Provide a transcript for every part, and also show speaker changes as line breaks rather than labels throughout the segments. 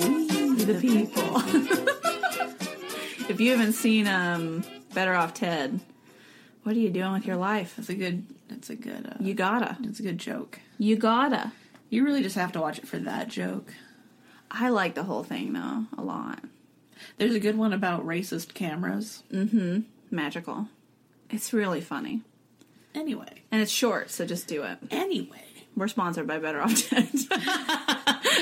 to the people.
if you haven't seen um, Better Off Ted, what are you doing with your life?
That's a good. That's a good. Uh,
You gotta.
That's a good joke.
You gotta.
You really just have to watch it for that joke.
I like the whole thing though a lot.
There's a good one about racist cameras.
Magical. It's really funny.
Anyway,
And it's short, so just do it.
anyway,
We're sponsored by Better Off Ted.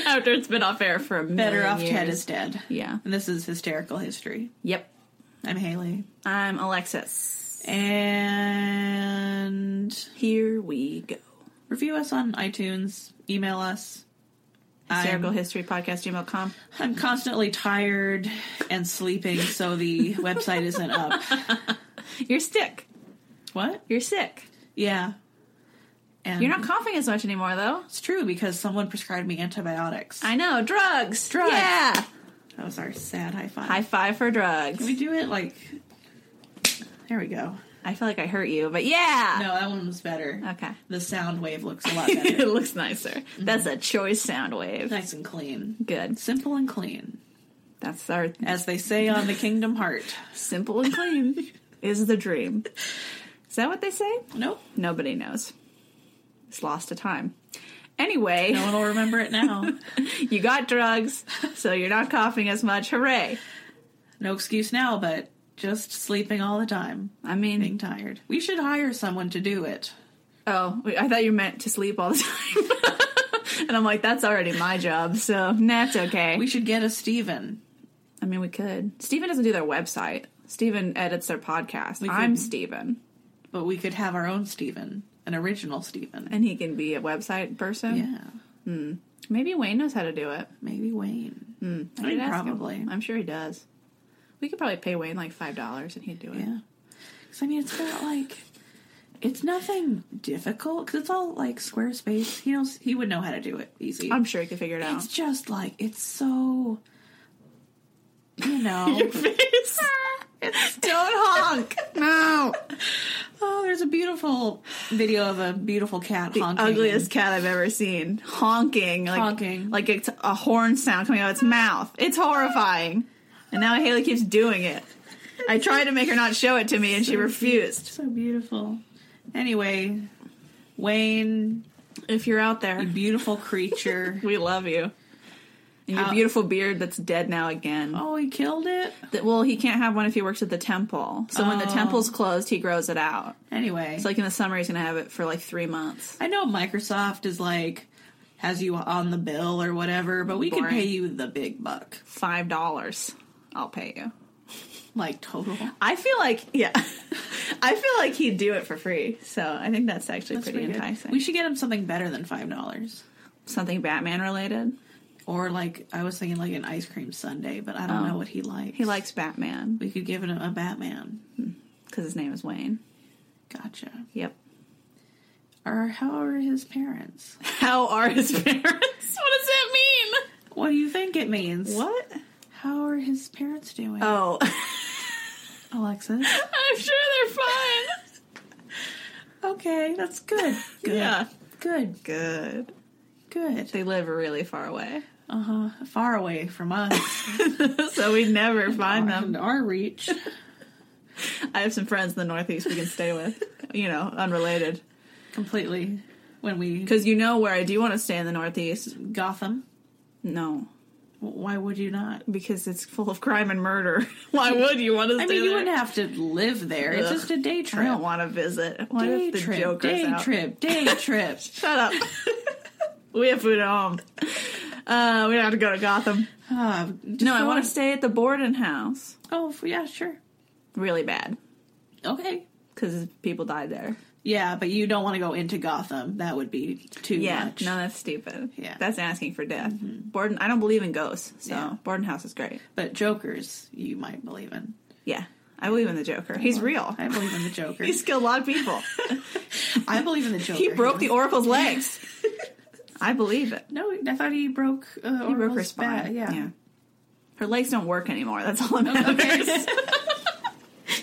After it's been off air for a
Better
million
Off Ted
years.
is dead.
Yeah.
And this is hysterical history.
Yep.
I'm Haley,
I'm Alexis.
and
Here we go.
review us on iTunes. Email us.
Hysterical
I'm,
History Podcast gmail.com.
I'm constantly tired and sleeping, so the website isn't up.
You're sick.
What?
You're sick.
Yeah. And
You're not coughing as much anymore though.
It's true because someone prescribed me antibiotics.
I know. Drugs.
Drugs.
Yeah.
that was our sad high five.
High five for drugs.
Can we do it like? There we go.
I feel like I hurt you, but yeah.
No, that one was better.
Okay.
The sound wave looks a lot better. Mm-hmm.
it looks nicer. That's a choice sound wave.
nice and clean.
Good.
Simple and clean.
That's our
As they say on the Kingdom Heart.
simple and clean is the dream. Is that what they say?
Nope.
Nobody knows. It's lost to time. Anyway,
No one will remember it now.
you got drugs, so you're not coughing as much. Hooray.
No excuse now, but just sleeping all the time.
I
Being
mean,
tired. We should hire someone to do it.
oh, I thought you meant to sleep all the time. and I'm like, that's already my job, so nah, it's okay.
We should get a Steven.
I mean, we could. Steven doesn't do their website. Steven edits their podcast.
could-
I'm Steven.
But we could have our own Steven. An original Steven.
And he can be a website person.
Yeah.
Maybe Wayne knows how to do it.
Maybe Wayne. I
Hmm. I'd
mean,
ask him.
probably.
I'm sure he does. We could probably pay Wayne like five dollars and he'd do it.
Yeah. Because, I mean, it's not like. It's nothing difficult because it's all like Squarespace. He knows he would know how to do it easy.
I'm sure he could figure it out.
It's just like it's so. You know,
face. Don't honk. No.
oh, there's a beautiful video of a beautiful cat honking.
Ugliest cat I've ever seen. Honking. Like,
Honking.
Like it's a horn sound coming out of its mouth. It's horrifying. And now Haley keeps doing it. I tried to make her not show it to me and she refused.
So beautiful. Anyway, Wayne,
If you're out there,
beautiful creature.
Mm-hmm. we love you. And your
Out-
beautiful beard that's dead now again.
oh, he killed it.
That- Well, he can't have one if he works at the temple. So when the
Oh.
temple's closed, he grows it out.
Anyway,
It's like in the summer, he's going to have it for like three months.
I know Microsoft is like has you on the bill or whatever, but we could
Boring.
pay you the big buck,
Five dollars. I'll pay you.
like total.
I feel like, yeah. I feel like he'd do it for free. So I think that's actually pretty,
good.
enticing.
We should get him something better than five dollars.
Something Batman related.
Or like I was thinking, like an ice cream sundae, but I don't know what he likes.
Oh. He likes Batman
We could give him a Batman.
because his name is Wayne.
Gotcha.
Yep.
Or how are his parents?
How are his parents? what does that mean?
What do you think it means?
What?
How are his parents doing?
Oh,
Alexis.
I'm sure they're fine.
Okay, that's good. Good.
Yeah.
Good.
Good.
Good.
They live really far away,
Uh huh. Far away from us.
so we never find them.
And our reach.
I have some friends in the Northeast we can stay with. You know, unrelated.
Completely. When we
Because you know where I do want to stay in the Northeast.
Gotham.
No,
Why would you not?
because it's full of crime and murder. Why would you want to stay
I mean, you
there?
wouldn't have to live there. It's
Ugh.
just a day
I
trip.
don't want to visit. What
day
if the
trip,
Joker's
day
out?
trip, day trip.
Shut up. we have food at home. Uh, we don't have to go to Gotham.
Uh, just
No, I
go
want
on-
to stay at the Borden House.
Oh, f- yeah, sure.
Really bad
Okay.
because people died there.
Yeah, but you don't want to go into Gotham. That would be too
Yeah,
much.
no, that's stupid.
Yeah. Mm-hmm.
that's asking for death. Borden, I don't believe in ghosts, so
Yeah.
Borden House is great.
But Jokers, you might believe in.
Yeah, I believe in the Joker. He's real.
I believe in the Joker.
He's killed a lot of people.
I believe in the Joker.
he broke the Oracle's legs. I believe it.
No, I thought he broke. Uh,
He broke her spine.
yeah.
Her legs don't work anymore. That's all that matters.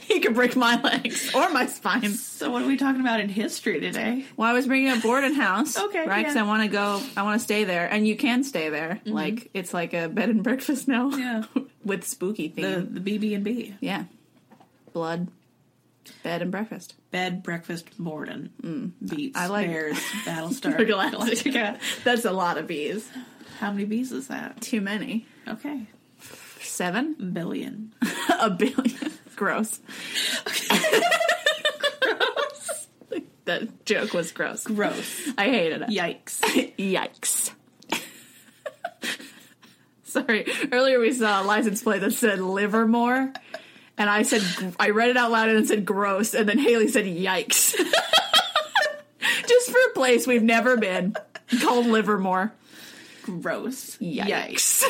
he could break my legs or my spine.
So what are we talking about in history today?
Well, I was bringing up Borden House,
Okay,
right? Because
yeah. Mm-hmm.
I want to go. I want to stay there, and you can stay there. Like it's like a bed and breakfast now,
Yeah.
with spooky theme.
The the BB and B
yeah, blood, bed and breakfast.
bed breakfast Morden beats
Mm. I
I
like-
like bears Battlestar
Galactica. That's a lot of bees.
How many bees is that?
Too many.
Okay,
Seven.
billion.
a billion. Gross. gross. That joke was gross.
Gross.
I hated it.
Yikes.
Yikes. Sorry. Earlier we saw a license plate that said Livermore. And I said, I read it out loud and it said gross. And then Haley said, yikes. Just for a place we've never been called Livermore.
Gross.
Yikes.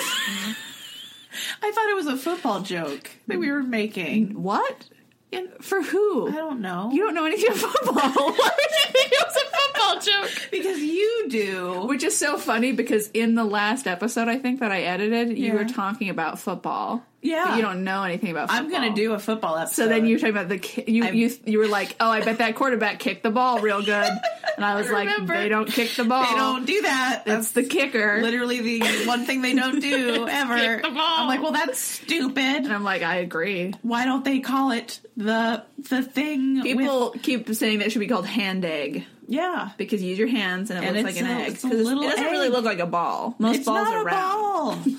I thought it was a football joke that we were making.
What?
And
For who?
I don't know.
You don't know anything about football. Why would you think it was a football joke?
because you do.
Which is so funny because in the last episode, I think that I edited, you
Yeah.
were talking about football.
Yeah.
But you don't know anything about football.
I'm going to do a football episode.
So then you were talking about the ki- you
I'm-
you you were like, oh, I bet that quarterback kicked the ball real good, and I was like,
remember.
they don't kick the ball.
They don't do that.
That's
That's
the kicker.
literally the one thing they don't do ever.
Kick the ball.
I'm like, well, that's stupid.
and I'm like, I agree.
Why don't they call it the the thing? with,
People keep saying that it should be called hand egg
yeah,
because you use your hands and it
And
looks
it's
like an
a-
egg.
it's a
'Cause
little
it doesn't really
egg.
look like a ball. Most
it's
balls
not
are
a
round.
ball.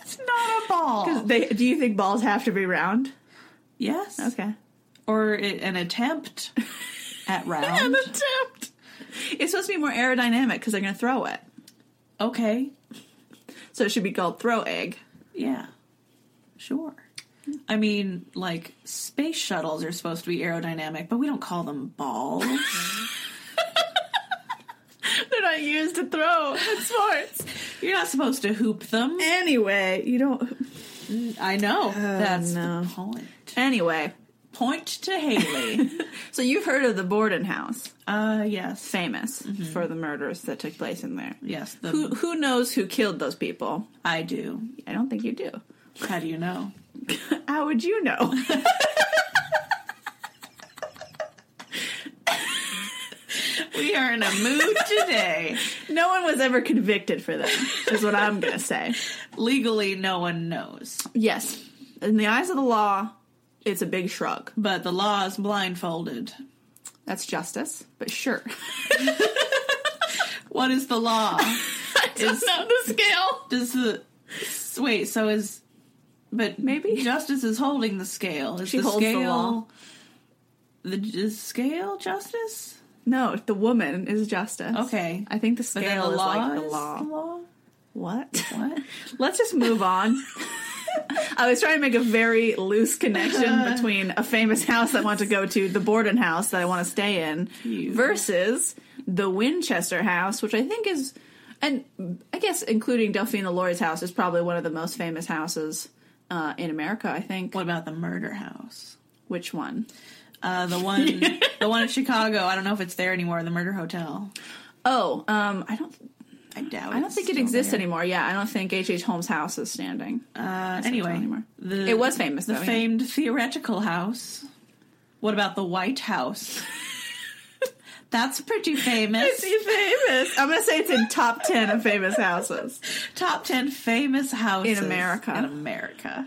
it's not a ball.
They, do you think balls have to be round?
Yes,
Okay.
or i an attempt at
An
round.
attempt. It's supposed to be more aerodynamic because they're going to throw it.
okay,
So it should be called throw egg.
yeah, sure. I mean, like space shuttles are supposed to be aerodynamic, but we don't call them balls.
They're not used to throw in sports.
You're not supposed to hoop them.
Anyway, you don't.
I know. That's
no.
the point.
Anyway,
Point to Haley.
so you've heard of the Borden House,
uh, yes.
famous
Mm-hmm.
for the murders that took place in there.
Yes. The,
Who who knows who killed those people?
I do.
I don't think you do.
How do you know?
How would you know?
We are in a mood today.
no one was ever convicted for them, is what I'm gonna say.
Legally, no one knows.
Yes, in the eyes of the law, it's a big shrug.
But the law is blindfolded.
That's justice, but sure.
What is the law?
Is not the scale.
Does the. s- Wait, so is. But
Maybe.
justice is holding the scale. Is
She
the
holds the
scale,
law.
The is scale justice?
No, the woman is justice.
Okay.
I think the
But then
scale
the
is
law
like the
is
law.
the law?
What?
What?
Let's just move on. I was trying to make a very loose connection between a famous house that I want to go to, the Borden house that I want to stay in,
Cute.
versus the Winchester house, which I think is, and I guess including Delphina Lori's house, is probably one of the most famous houses uh, in America, I think.
What about the murder house?
Which one?
Uh, the one, the one in Chicago. I don't know if it's there anymore. The Murder Hotel.
Oh, um, I don't.
I doubt.
I don't think it exists anymore. Yeah, I don't think H.H. H. Holmes' house is standing.
Uh,
it
anyway,
anymore.
the-
It was famous,
The
though, yeah.
famed theoretical house. What about the White House? That's pretty famous.
famous. I'm gonna say it's in top ten of famous houses.
Top ten famous houses
In America.
In America.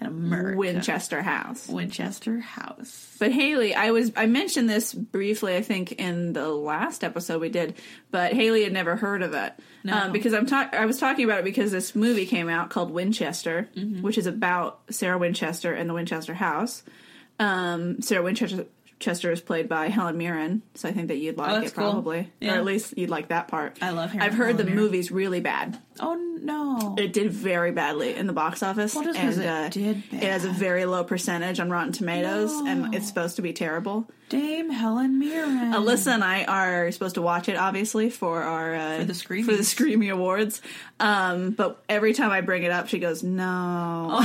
In America.
Winchester House.
Winchester House.
But Haley, I was I mentioned this briefly, I think, in the last episode we did, but Haley had never heard of it.
No.
Um, because I'm ta- I was talking about it because this movie came out called Winchester,
Mm-hmm.
which is about Sarah Winchester and the Winchester House. Um, Sarah Winchester Chester is played by Helen Mirren, so I think that you'd like
Oh, that's
it
cool.
probably,
Yeah.
or at least you'd like that part.
I love Helen-
I've heard the
Helen Mirren.
movie's really bad.
Oh no!
It did very badly in the box office. uh,
Well, just 'cause it did
It has a
bad.
very low percentage on Rotten Tomatoes, and it's supposed to be terrible.
Dame Helen Mirren.
Alyssa and I are supposed to watch it, obviously, for our uh,
For the Screamies.
for the Screamy Awards. Um, but every time I bring it up, she goes, "No,"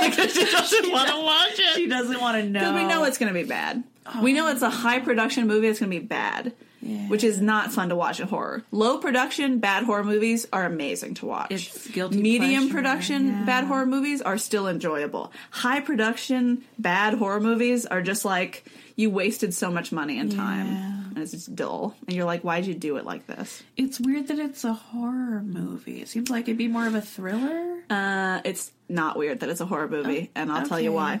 because she doesn't want to watch it.
She doesn't want to know.
Because we know it's going to be bad. We know it's a high production movie. It's going to be bad.
Oh. Yeah.
which is not fun to watch in horror. Low production bad horror movies are amazing to watch.
It's guilty
Medium
pleasure,
production
yeah.
bad horror movies are still enjoyable. High production bad horror movies are just like you wasted so much money and time.
Yeah.
And it's just dull. And you're like, why'd you do it like this?
It's weird that it's a horror movie. It seems like it'd be more of a thriller.
Uh, it's not weird that it's a horror movie, and I'll tell you
Oh,
why.
okay.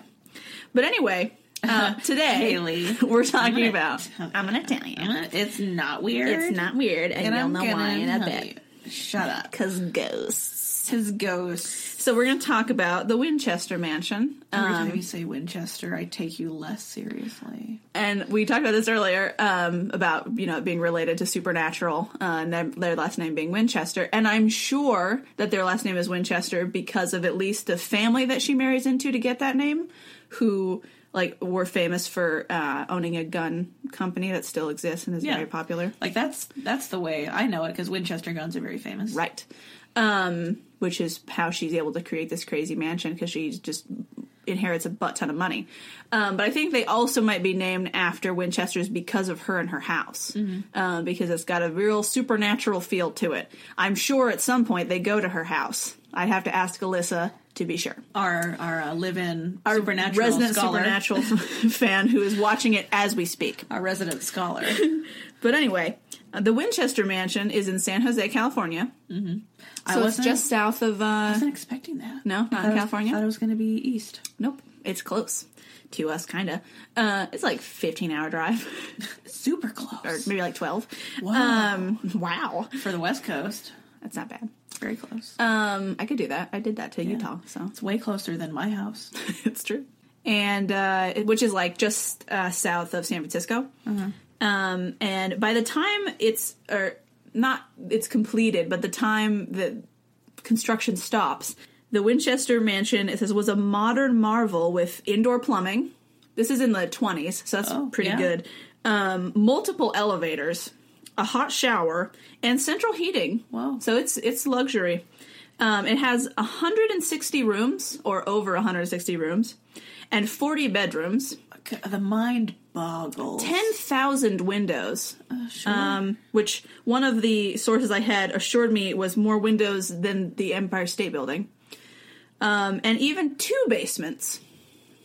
But anyway, uh, today
Haley,
we're talking
gonna
about.
tell
I'm going to tell you.
It's not weird.
It's not weird, and,
And
you'll
I'm
know why in a
tell
bit.
you. Shut up.
Because ghosts.
His ghost.
So we're going to talk about the Winchester Mansion.
Every
Um,
time you say Winchester, I take you less seriously.
and we talked about this earlier um, about you know it being related to supernatural uh, and their, their last name being winchester and i'm sure that their last name is winchester because of at least the family that she marries into to get that name who like were famous for uh, owning a gun company that still exists and is
Yeah.
very popular
Like that's that's the way I know it because Winchester guns are very famous.
right um, which is how she's able to create this crazy mansion because she just inherits a butt ton of money um, but i think they also might be named after winchesters because of her and her house um, because it's got a real supernatural feel to it i'm sure at some point they go to her house i'd have to ask alyssa to be sure
Our our uh, live-in our supernatural
resident
scholar.
supernatural fan who is watching it as we speak
Our resident scholar.
but anyway uh, the winchester mansion is in san jose california
I
so it's
wasn't,
just south of uh,
wasn't expecting that.
No, not
I thought
in
it was-
California?
I thought it was going to be east.
Nope, it's close to us, kinda. Uh, it's like fifteen hour drive,
Super
or
close
maybe like twelve.
Wow.
Um, wow,
for the West Coast.
that's not bad.
Very close.
Um, I could do that. I did that to Utah, so
it's way closer than my house.
it's true. And uh, it- which is like just uh, south of San Francisco.
Uh-huh.
Um, and by the time it's or not, it's completed, but the time that construction stops, the Winchester Mansion it says was a modern marvel with indoor plumbing. This is in the twenties, so that's
Oh,
pretty
yeah.
good. Um, multiple elevators, a hot shower, and central heating.
Wow.
So it's it's luxury. Um, it has 160 rooms, or over 160 rooms, and 40 bedrooms,
C- The mind boggles.
10,000 windows,
Uh, sure.
um, which one of the sources I had assured me was more windows than the Empire State Building, um, and even two basements.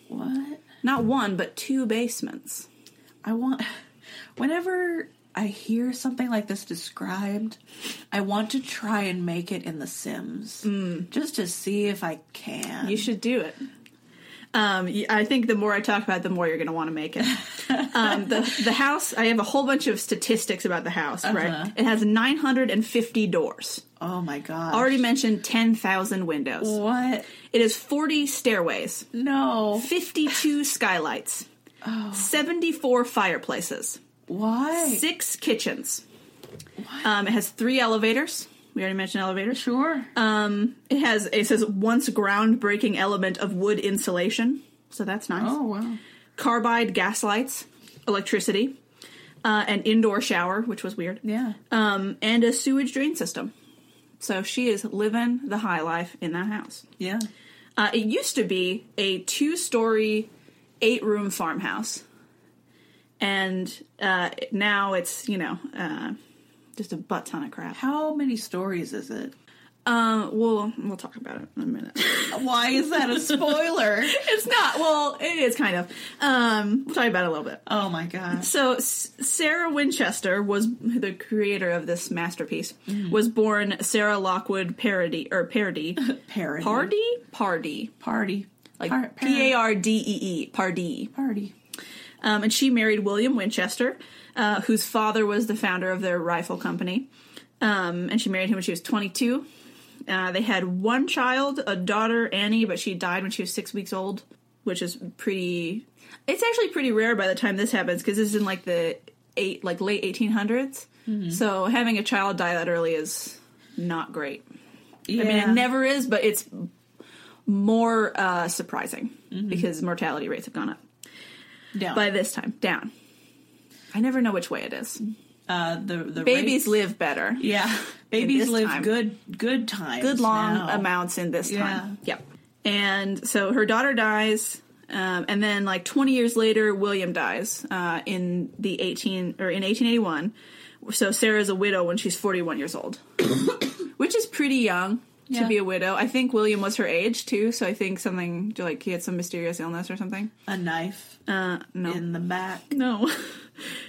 what?
Not one, but two basements.
I want. Whenever I hear something like this described, I want to try and make it in The Sims just to see if I can.
Mm. You should do it. Um, y- I think the more I talk about it, the more you're going to want to make it. um, the, the house, I have a whole bunch of statistics about the house, right? It has 950 doors.
oh my god!
Already mentioned 10,000 windows.
what?
It is 40 stairways,
No.
52 skylights, Oh. 74 fireplaces,
Why?
six kitchens. Um, it has three elevators. We already mentioned elevators.
Sure.
Um, it has it says once groundbreaking element of wood insulation, so that's nice.
oh wow.
Carbide gas lights, electricity, uh, an indoor shower, which was weird.
Yeah.
Um, and a sewage drain system. So she is living the high life in that house.
Yeah.
Uh, it used to be a two story, eight room farmhouse. And uh, now it's, you know, uh, just a butt ton of crap.
How many stories is it?
Um, we'll, we'll talk about it in a minute.
Why is that a spoiler?
it's not, well, it is kind of. Um, we'll talk about it a little bit.
oh my god.
So S- Sarah Winchester was the creator of this masterpiece.
Mm-hmm.
Was born Sarah Lockwood Parody or Parody
Parody.
Pardy Pardy
Party.
like
Par- par-
P A R D E E Pardy.
Party.
Um, and she married William Winchester, uh, whose father was the founder of their rifle company. Um, and she married him when she was 22. Uh, they had one child, a daughter, Annie, but she died when she was six weeks old, which is pretty. It's actually pretty rare by the time this happens because this is in like the eight, like late 1800s. So having a child die that early is not great.
Yeah.
I mean, it never is, but it's more uh, surprising because mortality rates have gone up
Down.
by this time down i never know which way it is
uh, the the
babies
rates-
live better
Yeah,
this
babies live
time.
good good times.
good long
now.
amounts in this time yep and so her daughter dies Um, and then, like 20 years later, William dies uh, in the 18 or in 1881. So Sarah's a widow when she's 41 years old, which is pretty young
Yeah.
to be a widow. I think William was her age too, so I think something like he had some mysterious illness or something.
A knife
Uh, no,
in the back.
no.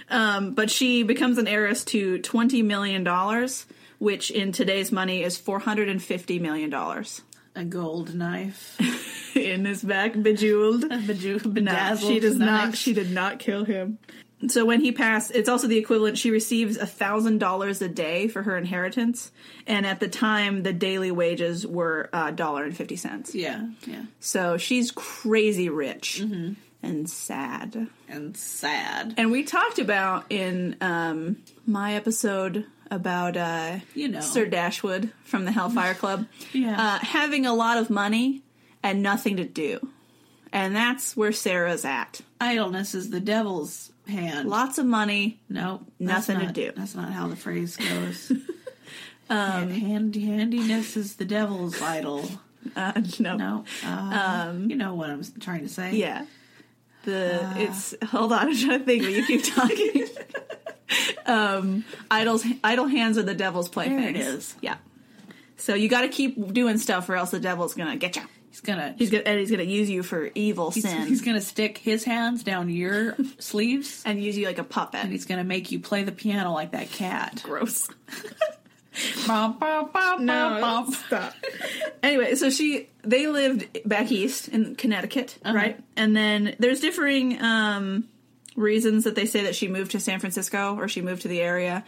um, but she becomes an heiress to 20 million dollars, which in today's money is 450 million dollars.
A gold knife.
in his back, bejeweled.
A beju-
No,
bedazzled
she does not.
knife.
She did not kill him. So when he passed, it's also the equivalent. She receives a thousand dollars a day for her inheritance, and at the time, the daily wages were a dollar and fifty cents.
yeah, yeah.
So she's crazy rich and sad.
And sad.
And we talked about in um, my episode about uh,
You know.
Sir Dashwood from the Hellfire Club,
Yeah.
uh, having a lot of money and nothing to do, and that's where Sarah's at.
Idleness is the devil's hand.
lots of money.
No,
Nothing to do.
That's not how the phrase goes. um, Hand, handiness is the devil's idol.
Uh, no.
No, uh, you know what I'm s- trying to say.
Um, Yeah. The
Ah.
it's hold on, I'm trying to think, but you keep talking. um, idle's idle hands are the devil's playthings.
There it is.
Yeah. So you got to keep doing stuff, or else the devil's gonna get you.
he's gonna
He's gonna and he's gonna use you for evil
he's,
sins
he's gonna stick his hands down your sleeves,
and use you like a
and
puppet.
he's gonna make you play the piano like that cat.
Gross.
Bum, bum, bum, bum,
No,
bum.
stop. anyway, so she they lived back east in Connecticut,
Uh-huh.
right? And then there's differing um, reasons that they say that she moved to San Francisco or she moved to the area.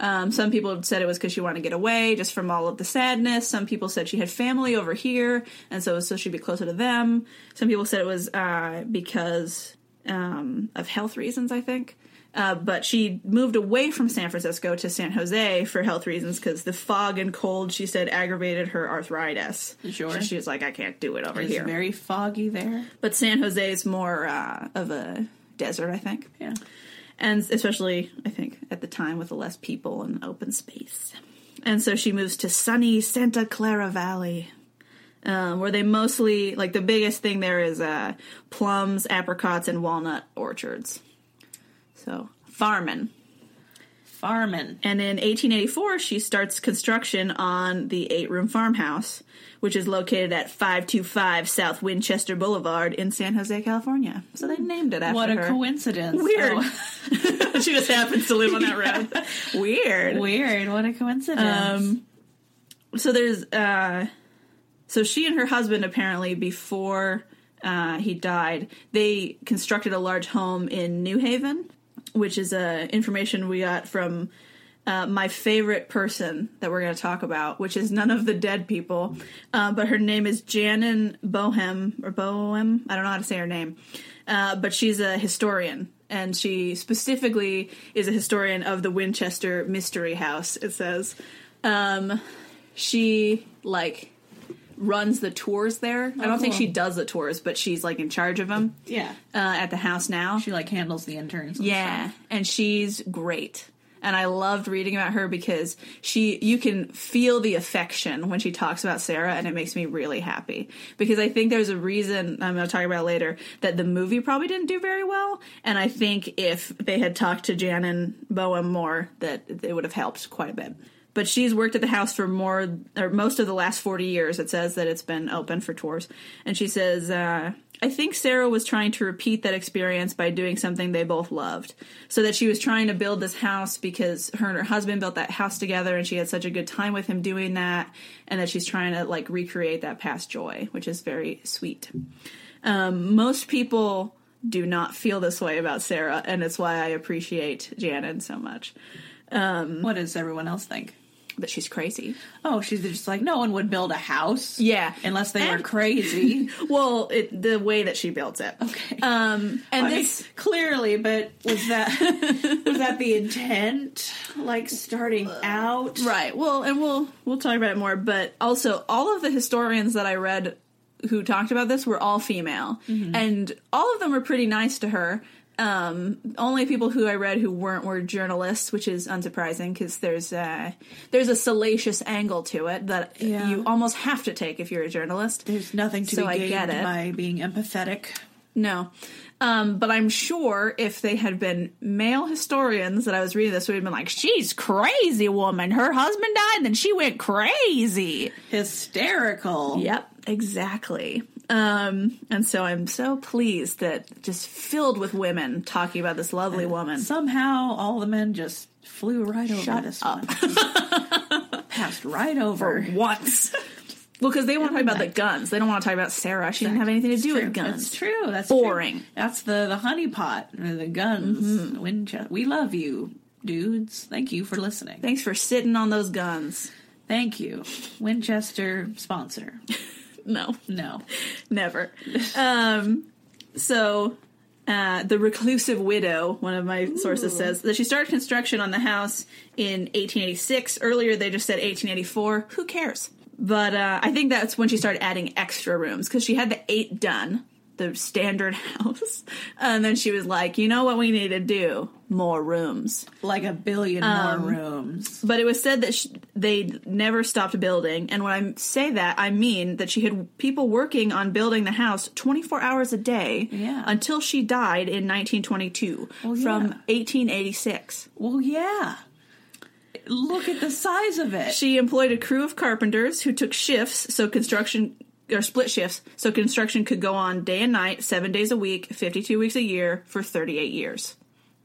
Um, some people said it was because she wanted to get away just from all of the sadness. Some people said she had family over here, and so so she'd be closer to them. Some people said it was uh, because um, of health reasons, I think. Uh, but she moved away from San Francisco to San Jose for health reasons because the fog and cold, she said, aggravated her arthritis.
Sure.
So she was like, I can't do it over
It's
here.
very foggy there.
but San Jose is more uh, of a desert, I think.
Yeah,
And especially, I think, at the time with the less people and open space. And so she moves to sunny Santa Clara Valley, um, where they mostly, like, the biggest thing there is uh, plums, apricots, and walnut orchards. So, farming.
farming.
And in 1884, she starts construction on the eight room farmhouse, which is located at 525 South Winchester Boulevard in San Jose, California. So they named it after
What a
her.
coincidence!
Weird.
Oh,
she just happens to live on that road. Weird.
Oh, weird. What a coincidence.
Um, so there's uh, so she and her husband apparently before uh, he died, they constructed a large home in New Haven, which is uh, information we got from. Uh, my favorite person that we're going to talk about, which is none of the dead people, uh, but her name is Janin Bohem or Bohem. I don't know how to say her name, uh, but she's a historian, and she specifically is a historian of the Winchester Mystery House. It says, um, she like runs the tours there. I don't think
cool.
she does the tours, but she's like in charge of them
yeah,
uh, at the house now.
she like handles the interns. and
Yeah, and she's great. And I loved reading about her because she you can feel the affection when she talks about Sarah and it makes me really happy. Because I think there's a reason I'm going to talk about later that the movie probably didn't do very well and I think if they had talked to Jan and Bowen more that it would have helped quite a bit. But she's worked at the house for more or most of the last 40 years. It says that it's been open for tours. And she says uh I think Sarah was trying to repeat that experience by doing something they both loved. So that she was trying to build this house because her and her husband built that house together and she had such a good time with him doing that and that she's trying to like recreate that past joy, which is very sweet. Um, most people do not feel this way about Sarah and it's why I appreciate Janet so much.
stuff. What does everyone else think?
But she's crazy.
Oh, she's just like no one would build a house.
Yeah.
unless they were
And-
crazy.
Well, it, the way that she built it.
Okay.
Um, and
I mean,
this
clearly, but was that was that the intent? Like starting out,
Right. Well, and we'll we'll talk about it more, but also all of the historians that I read who talked about this were all female,
Mm-hmm.
and all of them were pretty nice to her. Um, only people who I read who weren't were journalists, which is unsurprising because there's a, there's a salacious angle to it that
Yeah.
you almost have to take if you're a journalist.
There's nothing to
So
be
I
gained
get it.
by being empathetic.
No. Um, but I'm sure if they had been male historians that I was reading this, we would have been like, she's crazy woman. Her husband died, then she went crazy.
Hysterical.
Yep, exactly. Um, and so I'm so pleased that just filled with women talking about this lovely woman.
Somehow all the men just flew right over this one. Passed right over.
Once. well, because they want to talk about the guns. They don't want to talk about Sarah. She didn't have anything to do with
That's
guns.
true. That's
Boring. Mm-hmm.
true. That's the the honey pot, or the guns. Winchester. We love you, dudes. Thank you for listening.
Thanks for sitting on those guns.
Thank you, Winchester sponsor.
No.
No,
Never. Um, so, uh, the reclusive widow, one of my sources says that she started construction on the house in 1886. Earlier, they just said 1884. Who cares? But uh, I think that's when she started adding extra rooms because she had the eight done, the standard house. And then she was like, you know what we need to do? More rooms.
like a billion
Um,
more rooms.
But it was said that she, they never stopped building. And when I say that, I mean that she had people working on building the house 24 hours a day
Yeah. Oh,
until she died in 1922
yeah.
from 1886.
Well, yeah. Look at the size of it.
She employed a crew of carpenters who took shifts so construction or split shifts so construction could go on day and night, 7 days a week, 52 weeks a year for 38 years.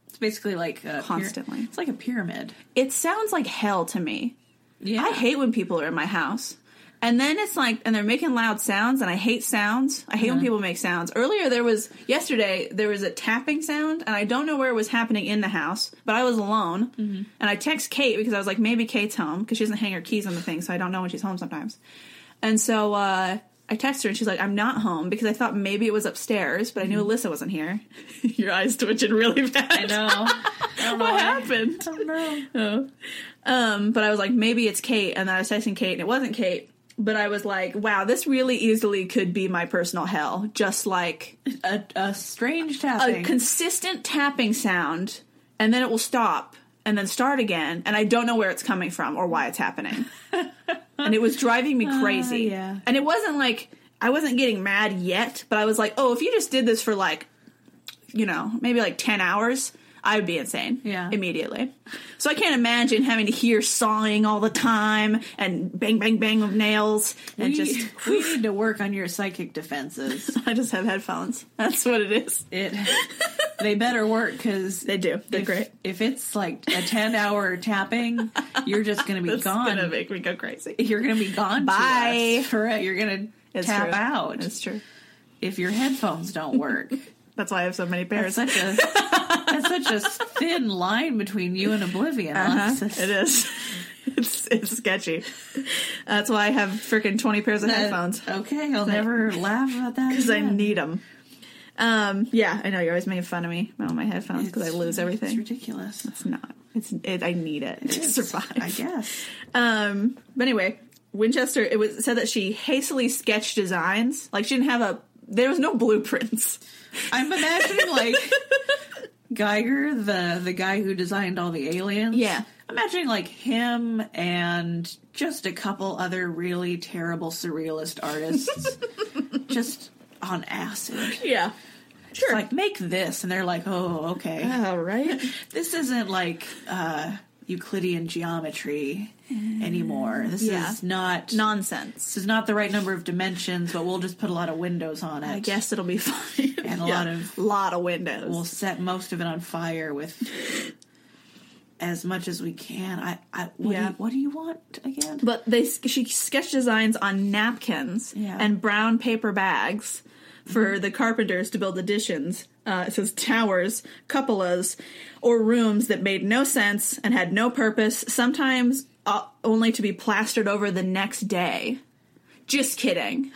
It's basically like a pyra-
Constantly.
it's like a pyramid.
It sounds like hell to me.
Yeah,
I hate when people are in my house. And then it's like, and they're making loud sounds, and I hate sounds. I hate
Uh-huh.
when people make sounds. Earlier, there was, yesterday, there was a tapping sound, and I don't know where it was happening in the house, but I was alone.
Mm-hmm.
And I text Kate because I was like, maybe Kate's home, because she doesn't hang her keys on the thing, so I don't know when she's home sometimes. And so uh, I text her, and she's like, I'm not home, because I thought maybe it was upstairs, but I knew Alyssa wasn't here. Your eyes twitching really bad.
Mm-hmm. I know. I don't know
What
why.
happened?
I don't know.
Um, but I was like, maybe it's Kate, and then I was texting Kate, and it wasn't Kate. But I was like, wow, this really easily could be my personal hell. Just like
A, a strange
a
tapping.
consistent tapping sound, and then it will stop, and then start again, and I don't know where it's coming from or why it's happening. and it was driving me crazy.
Ah, yeah.
And it wasn't like I wasn't getting mad yet, but I was like, oh, if you just did this for like, you know, maybe like ten hours. I would be insane.
Yeah.
Immediately. So I can't imagine having to hear sawing all the time and bang, bang, bang of nails and
we,
just,
we need to work on your psychic defenses.
I just have headphones. That's what it is.
It they better work because
They do. They're
if,
great.
If it's like a ten hour tapping, you're just gonna be
It's
gone.
gonna make me go crazy.
you're gonna be gone.
Bye.
To us. Correct. You're gonna
It's
tap
true.
out
That's true.
if your headphones don't work.
That's why I have so many
There's
pairs.
such a that's such a thin line between you and oblivion.
Uh-huh.
Alexis.
It is. It's it's sketchy. That's why I have freaking twenty pairs of
Uh,
headphones
Okay, I'll never laugh about that.
because I
again.
need them. Um, yeah, I know you're always making fun of me about my headphones because I lose
It's
everything.
ridiculous.
It's not. It's it, I need it, to survive.
I guess.
Um, but anyway, Winchester. It was said that she hastily sketched designs. Like she didn't have a. There was no blueprints.
I'm imagining like Geiger, the the guy who designed all the aliens.
Yeah.
Imagining like him and just a couple other really terrible surrealist artists just on acid.
Yeah. Sure. Uh.
Like make this and they're like, "Oh, okay.
all right.
This isn't like uh Euclidean geometry anymore. This
Mm. Yeah.
is not
Nonsense.
this is not the right number of dimensions, but we'll just put a lot of windows on it.
I guess it'll be fine.
And a lot of-
lot of windows.
we'll set most of it on fire with as much as we can. I, I what, do
Yeah.
you, what do you want again?
but they she sketched designs on napkins
Yeah. Mm-hmm.
and brown paper bags for the carpenters to build additions. Uh, it says towers, cupolas, or rooms that made no sense and had no purpose. Sometimes uh, only to be plastered over the next day. Just kidding.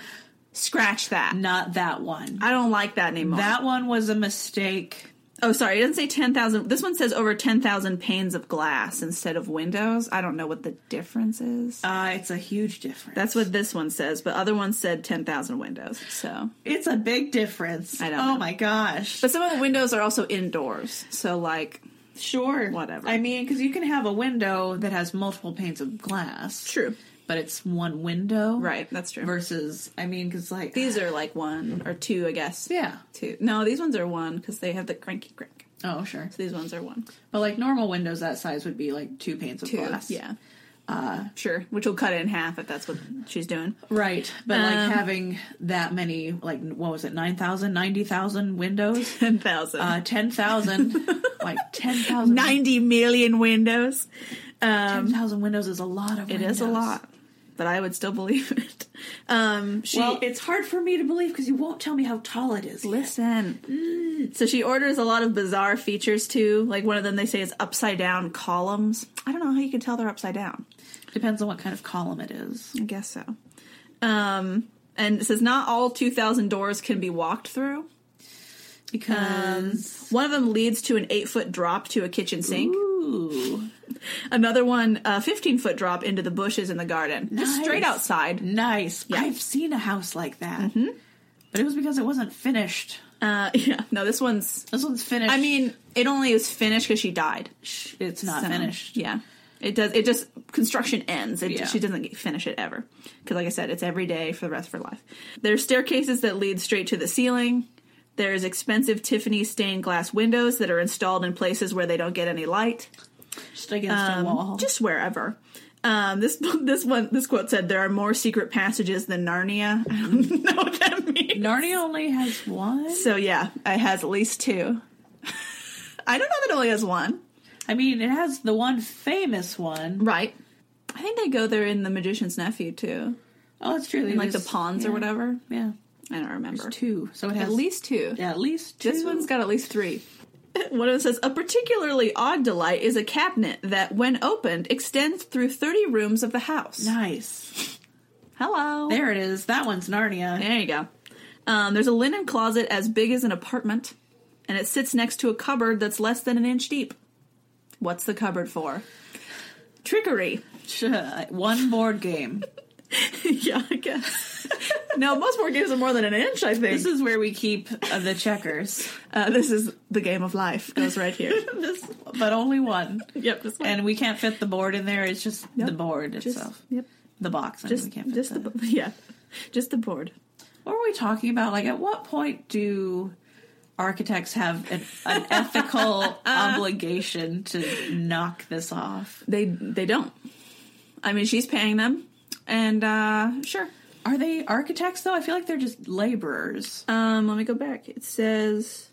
Scratch that.
Not that one.
I don't like that anymore.
That one was a mistake.
Oh, sorry. It doesn't say 10,000. This one says over 10,000 panes of glass instead of windows. I don't know what the difference is.
Uh, it's a huge difference.
That's what this one says, but other ones said 10,000 windows. So,
it's a big difference.
I don't
Oh
know.
my gosh.
but some of the windows are also indoors. So like
sure,
Whatever.
I mean, because you can have a window that has multiple panes of glass.
true.
but it's one window.
Right, that's true.
Versus, I mean, because like
These are like one or two, I guess.
Yeah.
Two. No, these ones are one because they have the cranky crank.
Oh, sure.
So these ones are one.
But like normal windows that size would be like two panes of glass.
Yeah. Uh, sure, which will cut it in half if that's what she's doing.
Right. But
Um,
like having that many, like, what was it, 9,000, 90,000 windows?
10,000.
Uh, 10,000. like 10,000.
90 million windows.
10,000 windows is a lot of
It is a lot, but I would still believe it. Um, she,
Well, it's hard for me to believe because you won't tell me how tall it is.
Listen. Mm. So she orders a lot of bizarre features too. Like one of them they say is upside down columns. I don't know how you can tell they're upside down.
Depends on what kind of column it is.
I guess so. Um, and it says not all 2,000 doors can be walked through.
Because.
One of them leads to an eight foot drop to a kitchen sink.
Um, ooh.
Another one, a 15 foot drop into the bushes in the garden. Just
Nice.
straight outside.
Nice. I've seen a house like that.
Mm-hmm.
But it was because it wasn't finished.
Uh, yeah, no, this one's.
This one's finished.
I mean, it only is finished because she died.
it's not
So,
finished.
Yeah. It does. It just construction ends. It,
Yeah.
She doesn't get- finish it ever because, like I said, it's every day for the rest of her life. There's staircases that lead straight to the ceiling. There's expensive Tiffany stained glass windows that are installed in places where they don't get any light,
Just against a
Um,
wall.
just wherever. Um, this this one this quote said there are more secret passages than Narnia. I don't know what that means.
Narnia only has one.
So yeah, it has at least two. I don't know that it only has one.
I mean, it has the one famous one.
Right. I think they go there in The Magician's Nephew too.
Oh, it's true. They
like the
just-
pawns or
yeah,
whatever.
Yeah,
I don't remember.
two. So it has
At least two.
yeah, at least two.
This one's got at least three. One of them says, A particularly odd delight is a cabinet that, when opened, extends through 30 rooms of the house.
nice.
Hello.
There it is. That one's Narnia.
There you go. Um, there's a linen closet as big as an apartment, and it sits next to a cupboard that's less than an inch deep. What's the cupboard for? Trickery.
Ch- One board game.
yeah, I guess. no, most board games are more than an inch, I think.
this is where we keep uh, the checkers.
Uh, this is the game of life. Goes right here.
this, but only one,
yep. This one.
and we can't fit the board in there. It's just
Yep.
the board
just,
itself,
yep.
the box. I mean,
Just,
we can't fit
just the,
that.
bo- yeah, just the board.
What were we talking about? Like, at what point do architects have an, an
Uh-huh.
ethical obligation to knock this off?
They they don't. I mean, she's paying them, and uh sure.
Are they architects though? I feel like they're just laborers.
Um, let me go back. It says,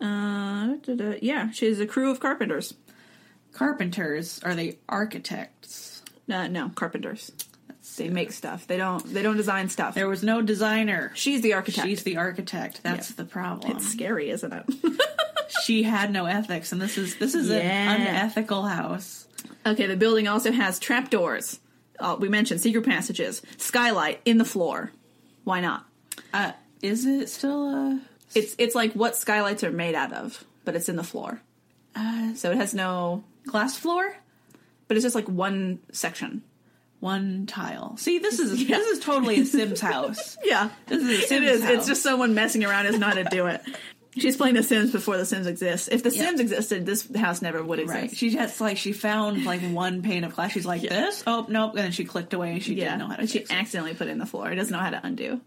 uh, da-da, yeah, she has a crew of carpenters.
Carpenters are they architects?
Uh, no, carpenters. They make stuff. They don't. They don't design stuff.
There was no designer.
she's the architect.
She's the architect. That's
Yeah.
the problem.
it's scary, isn't it?
she had no ethics, and this is this is
Yeah.
an unethical house.
Okay, the building also has trapdoors. Uh, we mentioned secret passages, skylight in the floor. Why not?
Uh, is it still a?
It's it's like what skylights are made out of, but it's in the floor.
Uh,
So it has no,
glass floor?
but it's just like one section.
One tile. See, this is this is totally a Sims house.
Yeah,
This is a
it
Sims
is. It's
house.
just someone messing around is not to do it. She's playing The Sims before The Sims exists. If The
Yeah.
Sims existed, this house never would exist.
Right. She just like she found like one pane of glass. She's like this. Oh nope. And then she clicked away. and She
Yeah,
didn't know how to.
and she
fix it.
accidentally put it in the floor. It doesn't know how to undo.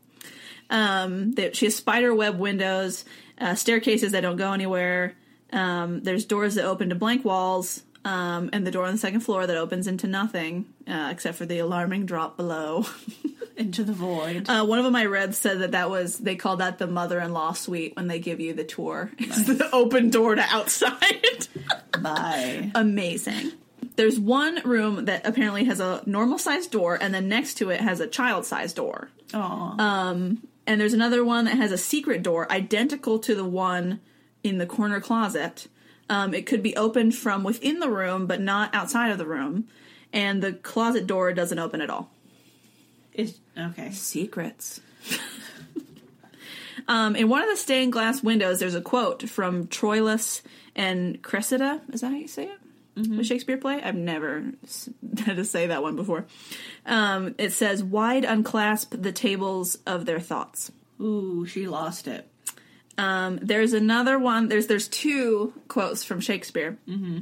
Um, that she has spider web windows, uh, staircases that don't go anywhere. Um, there's doors that open to blank walls, um, and the door on the second floor that opens into nothing, uh, except for the alarming drop below.
into the void.
Uh, one of them I read said that that was they call that the mother-in-law suite when they give you the tour. It's the open door to outside.
Bye.
amazing. There's one room that apparently has a normal sized door, and then next to it has a child sized door.
Aw.
And there's another one that has a secret door identical to the one in the corner closet. Um, it could be opened from within the room, but not outside of the room. And the closet door doesn't open at all.
It's- okay.
Secrets. um, in one of the stained glass windows, there's a quote from Troilus and Cressida. Is that how you say it? A Shakespeare play? I've never s- had to say that one before. Um, it says, "Wide unclasp the tables of their thoughts."
Ooh, she lost it.
Um, there's another one. There's there's two quotes from Shakespeare. Mm-hmm.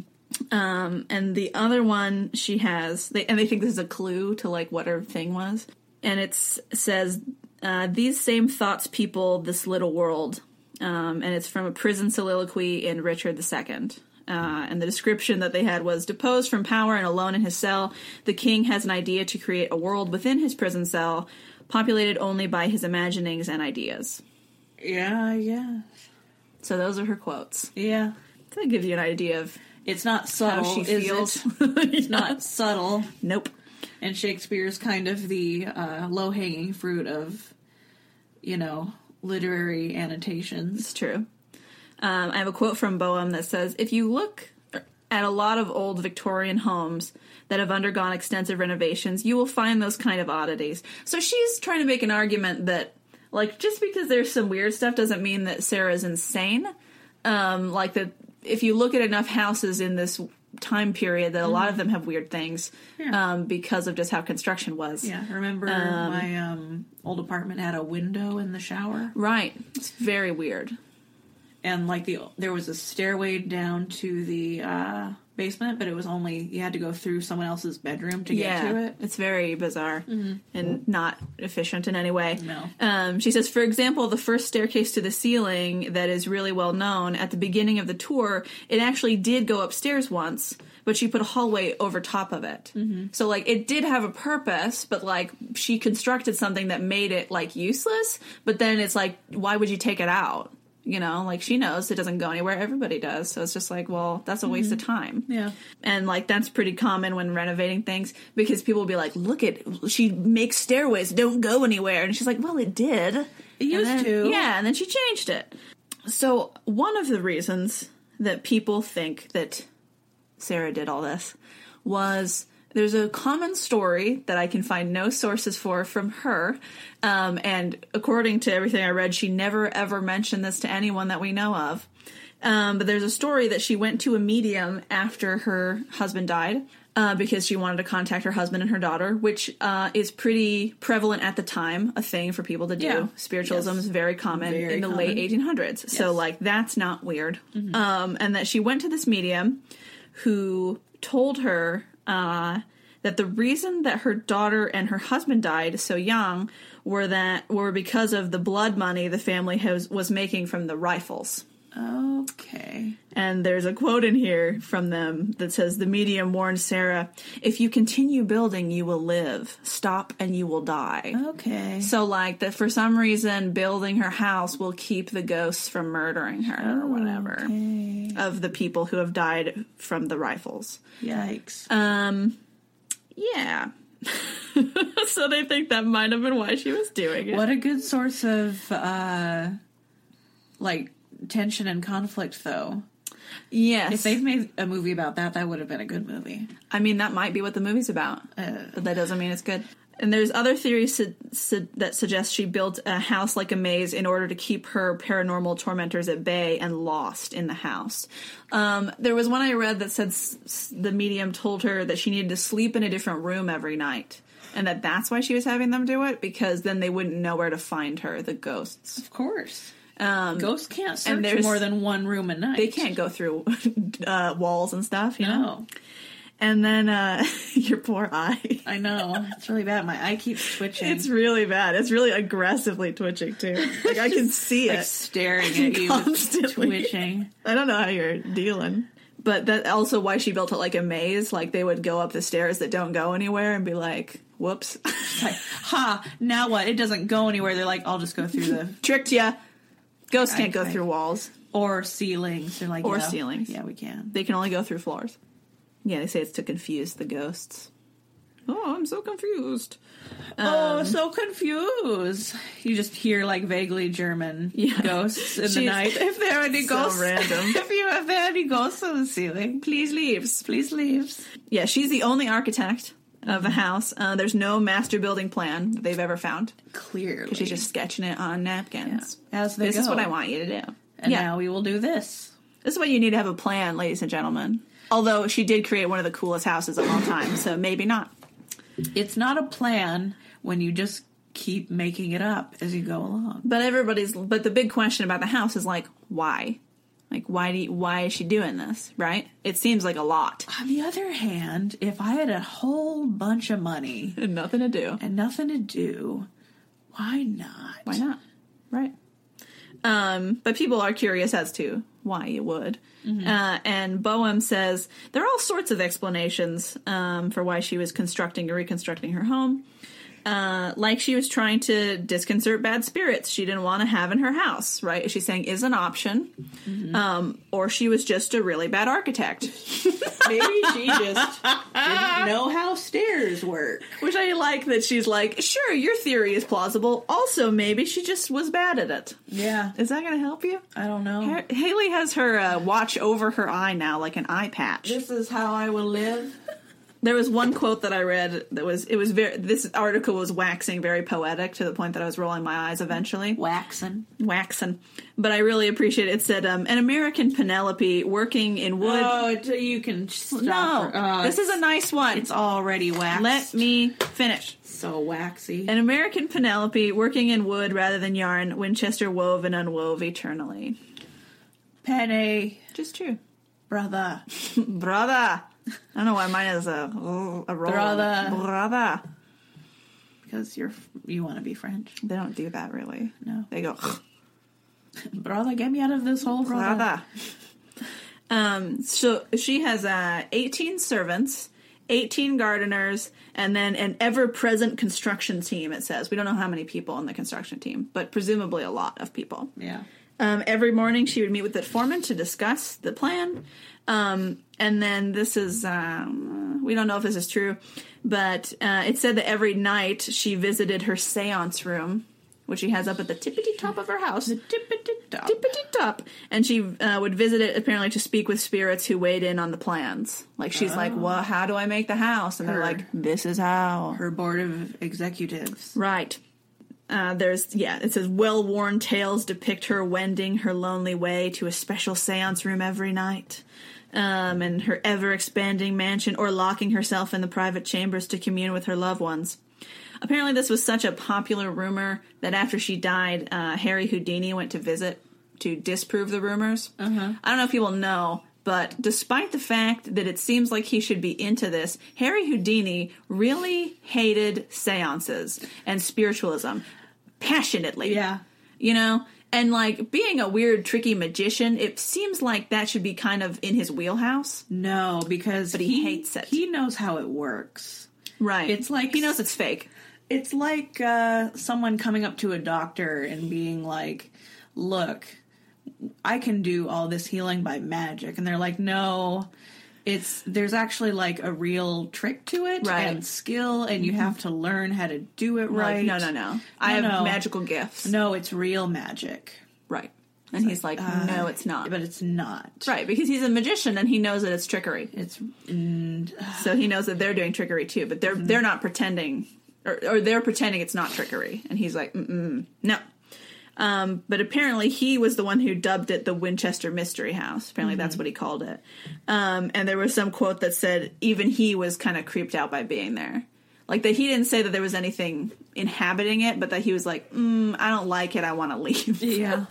Um, and the other one she has, they, and they think this is a clue to like what her thing was. And it says, uh, "These same thoughts people this little world," um, and it's from a prison soliloquy in Richard II. Uh, and the description that they had was deposed from power and alone in his cell, the king has an idea to create a world within his prison cell, populated only by his imaginings and ideas.
Yeah, yeah,
So those are her quotes.
yeah.
That gives you an idea of
It's not
how
subtle.
she
is
feels.
It? It's not subtle.
Nope.
And Shakespeare's kind of the uh, low hanging fruit of, you know, literary annotations.
It's true. Um, I have a quote from Boehm that says If you look at a lot of old Victorian homes that have undergone extensive renovations, you will find those kind of oddities. So she's trying to make an argument that, like, just because there's some weird stuff doesn't mean that Sarah's insane. Um, like, that if you look at enough houses in this time period, that a lot of them have weird things
Mm-hmm. Yeah.
um, because of just how construction was.
Yeah, remember my um, old apartment had a window in the shower,
Right. It's very weird.
and like the there was a stairway down to the uh, basement, but it was only you had to go through someone else's bedroom to get to it. Mm-hmm.
It's very bizarre and not efficient in any way.
No.
Um, she says, for example, the first staircase to the ceiling that is really well known at the beginning of the tour, it actually did go upstairs once, but she put a hallway over top of it.
Mm-hmm.
So, like, it did have a purpose, but like, she constructed something that made it like useless, but then it's like, why would you take it out? You know, like she knows it doesn't go anywhere. Everybody does. So it's just like, well, that's a waste of time
Mm-hmm. Yeah,
and like that's pretty common when renovating things because people will be like look at she makes stairways don't go anywhere and she's like well it did it
used to.
yeah and then she changed it so one of the reasons that people think that sarah did all this was there's a common story that I can find no sources for from her. Um, and according to everything I read, she never ever mentioned this to anyone that we know of. Um, but there's a story that she went to a medium after her husband died uh, because she wanted to contact her husband and her daughter, which uh, is pretty prevalent at the time, a thing for people to do.
Yeah.
Spiritualism
Yes.
is very common
Very
in the
common. Mm-hmm.
late 1800s. So, like, that's not weird. Um, and that she went to this medium who told her uh, that the reason that her daughter and her husband died so young were that were because of the blood money the family has, was making from the rifles.
okay.
And there's a quote in here from them that says the medium warned Sarah, "If you continue building, you will live. Stop and you will die."
Okay.
So like that for some reason building her house will keep the ghosts from murdering her or whatever
Oh, Okay.
of the people who have died from the rifles.
Yikes.
Um yeah. so they think that might have been why she was doing it.
What a good source of uh like tension and conflict though.
Yes.
If they've made a movie about that, that would have been a good movie.
I mean, that might be what the movie's about,
Uh.
but that doesn't mean it's good. And there's other theories su- su- that suggest she built a house like a maze in order to keep her paranormal tormentors at bay and lost in the house. Um, there was one I read that said s- s- the medium told her that she needed to sleep in a different room every night, and that that's why she was having them do it because then they wouldn't know where to find her, the ghosts.
Of course. Um ghosts can't search
there's-
more than one room a night.
They can't go through uh, walls and stuff, you know.
No.
And then uh, your poor eye.
I know. It's really bad. My eye keeps twitching.
It's really bad. It's really aggressively twitching too. Like I can see
like
it.
staring at you. It's
Constantly.
twitching.
I don't know how you're dealing. But that also why she built it like a maze. Like they would go up the stairs that don't go anywhere and be like, "Whoops,
It's like, ha, now what? It doesn't go anywhere. They're like, I'll just go through the
tricked ya." Ghosts can't go
I-
through walls.
or ceilings. They're like
Or
yeah,
ceilings.
Yeah, we can.
They can only go through floors. Yeah, they say it's to confuse the ghosts. Oh, I'm so confused. Um,
Oh, so confused. You just hear like vaguely German
Yeah.
ghosts in the
She's-
night. If there are any
So
ghosts,
random.
if you if there are any ghosts on the ceiling, please leaves, please leaves.
Yeah, she's the only architect of
Mm-hmm.
the house. Uh, there's no master building plan that they've ever found.
Clearly,
She's just sketching it on napkins.
as they
This is
go.
what I want you to do.
And
yeah.
now we will do this.
This is what you need to have a plan, ladies and gentlemen. Although she did create one of the coolest houses of all time, so maybe not.
It's not a plan when you just keep making it up as you go along.
But everybody's but the big question about the house is like, why? Like why do you, why is she doing this, right? It seems like a lot
On the other hand, if I had a whole bunch of money
and nothing to do.
and nothing to do, why not?
Why not? Right. Um, but people are curious as to why you would. Uh, and Boehm says there are all sorts of explanations um, for why she was constructing or reconstructing her home. Uh, like she was trying to disconcert bad spirits she didn't want to have in her house, right? She's saying is an option. Um, or she was just a really bad architect.
Maybe she just didn't know how stairs work.
Which I like that she's like, sure, your theory is plausible. Also, maybe she just was bad at it.
Yeah,
Is that going to help you?
I don't know.
Her- Haley has her uh, watch over her eye now, like an eye patch.
This is how I will live.
There was one quote that I read that was it was very this article was waxing very poetic to the point that I was rolling my eyes eventually
Waxing.
waxing, but I really appreciate it. It said um, an American Penelope working in wood.
Oh, d- you can stop.
no,
her. Oh,
this is a nice one.
It's already waxed.
Let me finish.
so waxy.
An American Penelope working in wood rather than yarn. Winchester wove and unwove eternally.
Penny,
Just true,
brother.
brother. I don't know why mine is a a roll.
Brother.
brother.
Because you're you want to be French.
They don't do that really.
No.
They go
Brother, get me out of this hole, brother.
brother. Um so she has uh 18 servants, 18 gardeners, and then an ever-present construction team it says. We don't know how many people on the construction team, but presumably a lot of people.
Yeah.
Um, every morning she would meet with the foreman to discuss the plan. Um, and then this is, um, we don't know if this is true, but uh, it said that every night she visited her seance room, which she has up at the tippity top of her house.
Tippity-top.
Tippity top. And she uh, would visit it apparently to speak with spirits who weighed in on the plans. Like she's like, well, how do I make the house? And they're
Her.
like, this is how.
Her board of executives.
Right. Uh, there's yeah. It says well-worn tales depict her wending her lonely way to a special séance room every night, um, and her ever-expanding mansion, or locking herself in the private chambers to commune with her loved ones. Apparently, this was such a popular rumor that after she died, uh, Harry Houdini went to visit to disprove the rumors. I don't know if people know, but despite the fact that it seems like he should be into this, Harry Houdini really hated seances and spiritualism passionately.
Yeah.
You know? And like being a weird, tricky magician, it seems like that should be kind of in his wheelhouse.
No, because
he hates it.
He knows how it works.
Right.
It's like-
he knows it's fake.
It's like uh, someone coming up to a doctor and being like, "Look, I can do all this healing by magic," and they're like, "No." It's there's actually like a real trick to it
Right.
and skill, and you have to learn how to do it right.
Like, no, no, no. I have
no.
magical gifts.
No, it's real magic,
Right. And he's like, no, it's not.
Uh, but it's not.
Right, because he's a magician and he knows that it's trickery.
It's and
So he knows that they're doing trickery too, but they're they're not pretending, or, or they're pretending it's not trickery, and he's like, Mm-mm, no. Um, but apparently, he was the one who dubbed it the Winchester Mystery House. Apparently, that's what he called it. Um, and there was some quote that said even he was kind of creeped out by being there. Like that, he didn't say that there was anything inhabiting it, but that he was like, mm, I don't like it. I want to leave.
yeah,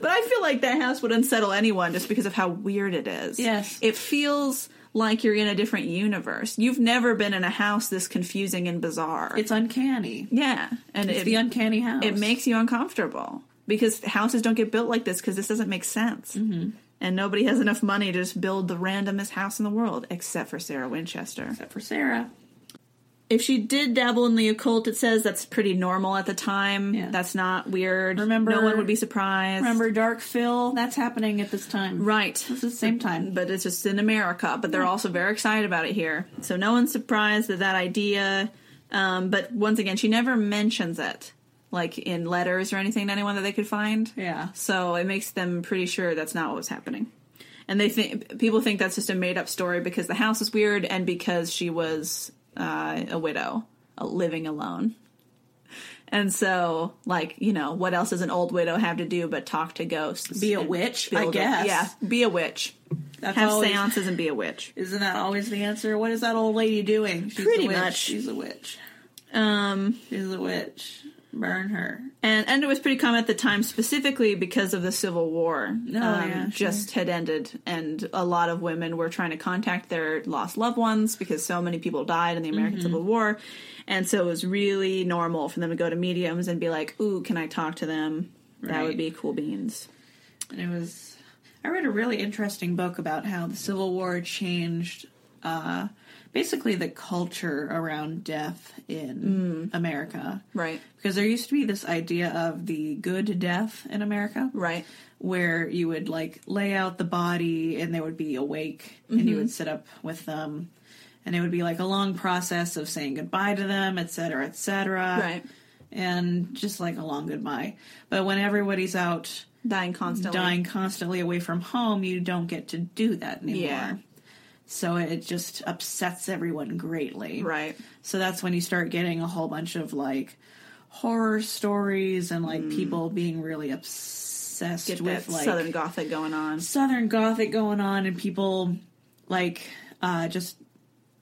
But I feel like that house would unsettle anyone just because of how weird it is.
Yes.
It feels like you're in a different universe. You've never been in a house this confusing and bizarre.
it's uncanny.
yeah. And
It's
it,
the uncanny house.
it makes you uncomfortable because houses don't get built like this because this doesn't make sense. Mm-hmm. And nobody has enough money to just build the randomest house in the world except for Sarah Winchester.
except for Sarah.
If she did dabble in the occult, it says that's pretty normal at the time.
Yeah.
That's not weird.
Remember-
no one would be surprised.
Remember Dark Phil? That's happening at this time.
Right.
It's the same time.
but it's just in America. But they're also very excited about it here, so no one's surprised at that idea. Um, but once again, she never mentions it, like in letters or anything to anyone that they could find.
Yeah.
So it makes them pretty sure that's not what was happening, and they think people think that's just a made up story because the house is weird and because she was uh, a widow, uh, living alone. And so, like, you know, what else does an old widow have to do but talk to ghosts?
Be a
and
witch, I
build a-
guess.
yeah, be a witch
That's
have
always-
seances and be a witch.
Isn't that always the answer? What is that old lady doing? She's
Pretty
a witch.
much.
She's a witch.
Um,
She's a witch. Burn her.
And and it was pretty common at the time, specifically because of the Civil War. um,
Oh, yeah, sure.
just had ended, and a lot of women were trying to contact their lost loved ones because so many people died in the American
Mm-hmm.
Civil War, and so it was really normal for them to go to mediums and be like, "Ooh, can I talk to them?" That
Right.
would be cool beans.
And it was. I read a really interesting book about how the Civil War changed uh, basically the culture around death in
Mm.
America.
Right.
Because there used to be this idea of the good death in America.
Right.
where you would like lay out the body and they would be awake and you would
Mm-hmm.
sit up with them and it would be like a long process of saying goodbye to them et cetera et cetera
Right.
and just like a long goodbye but when everybody's out
Dying constantly.
dying constantly away from home you don't get to do that anymore
Yeah.
so it just upsets everyone greatly
Right.
so that's when you start getting a whole bunch of like horror stories and like people being really obsessed
Mm. Get
with
that
like
Southern Gothic going on.
Southern Gothic going on and people like uh, just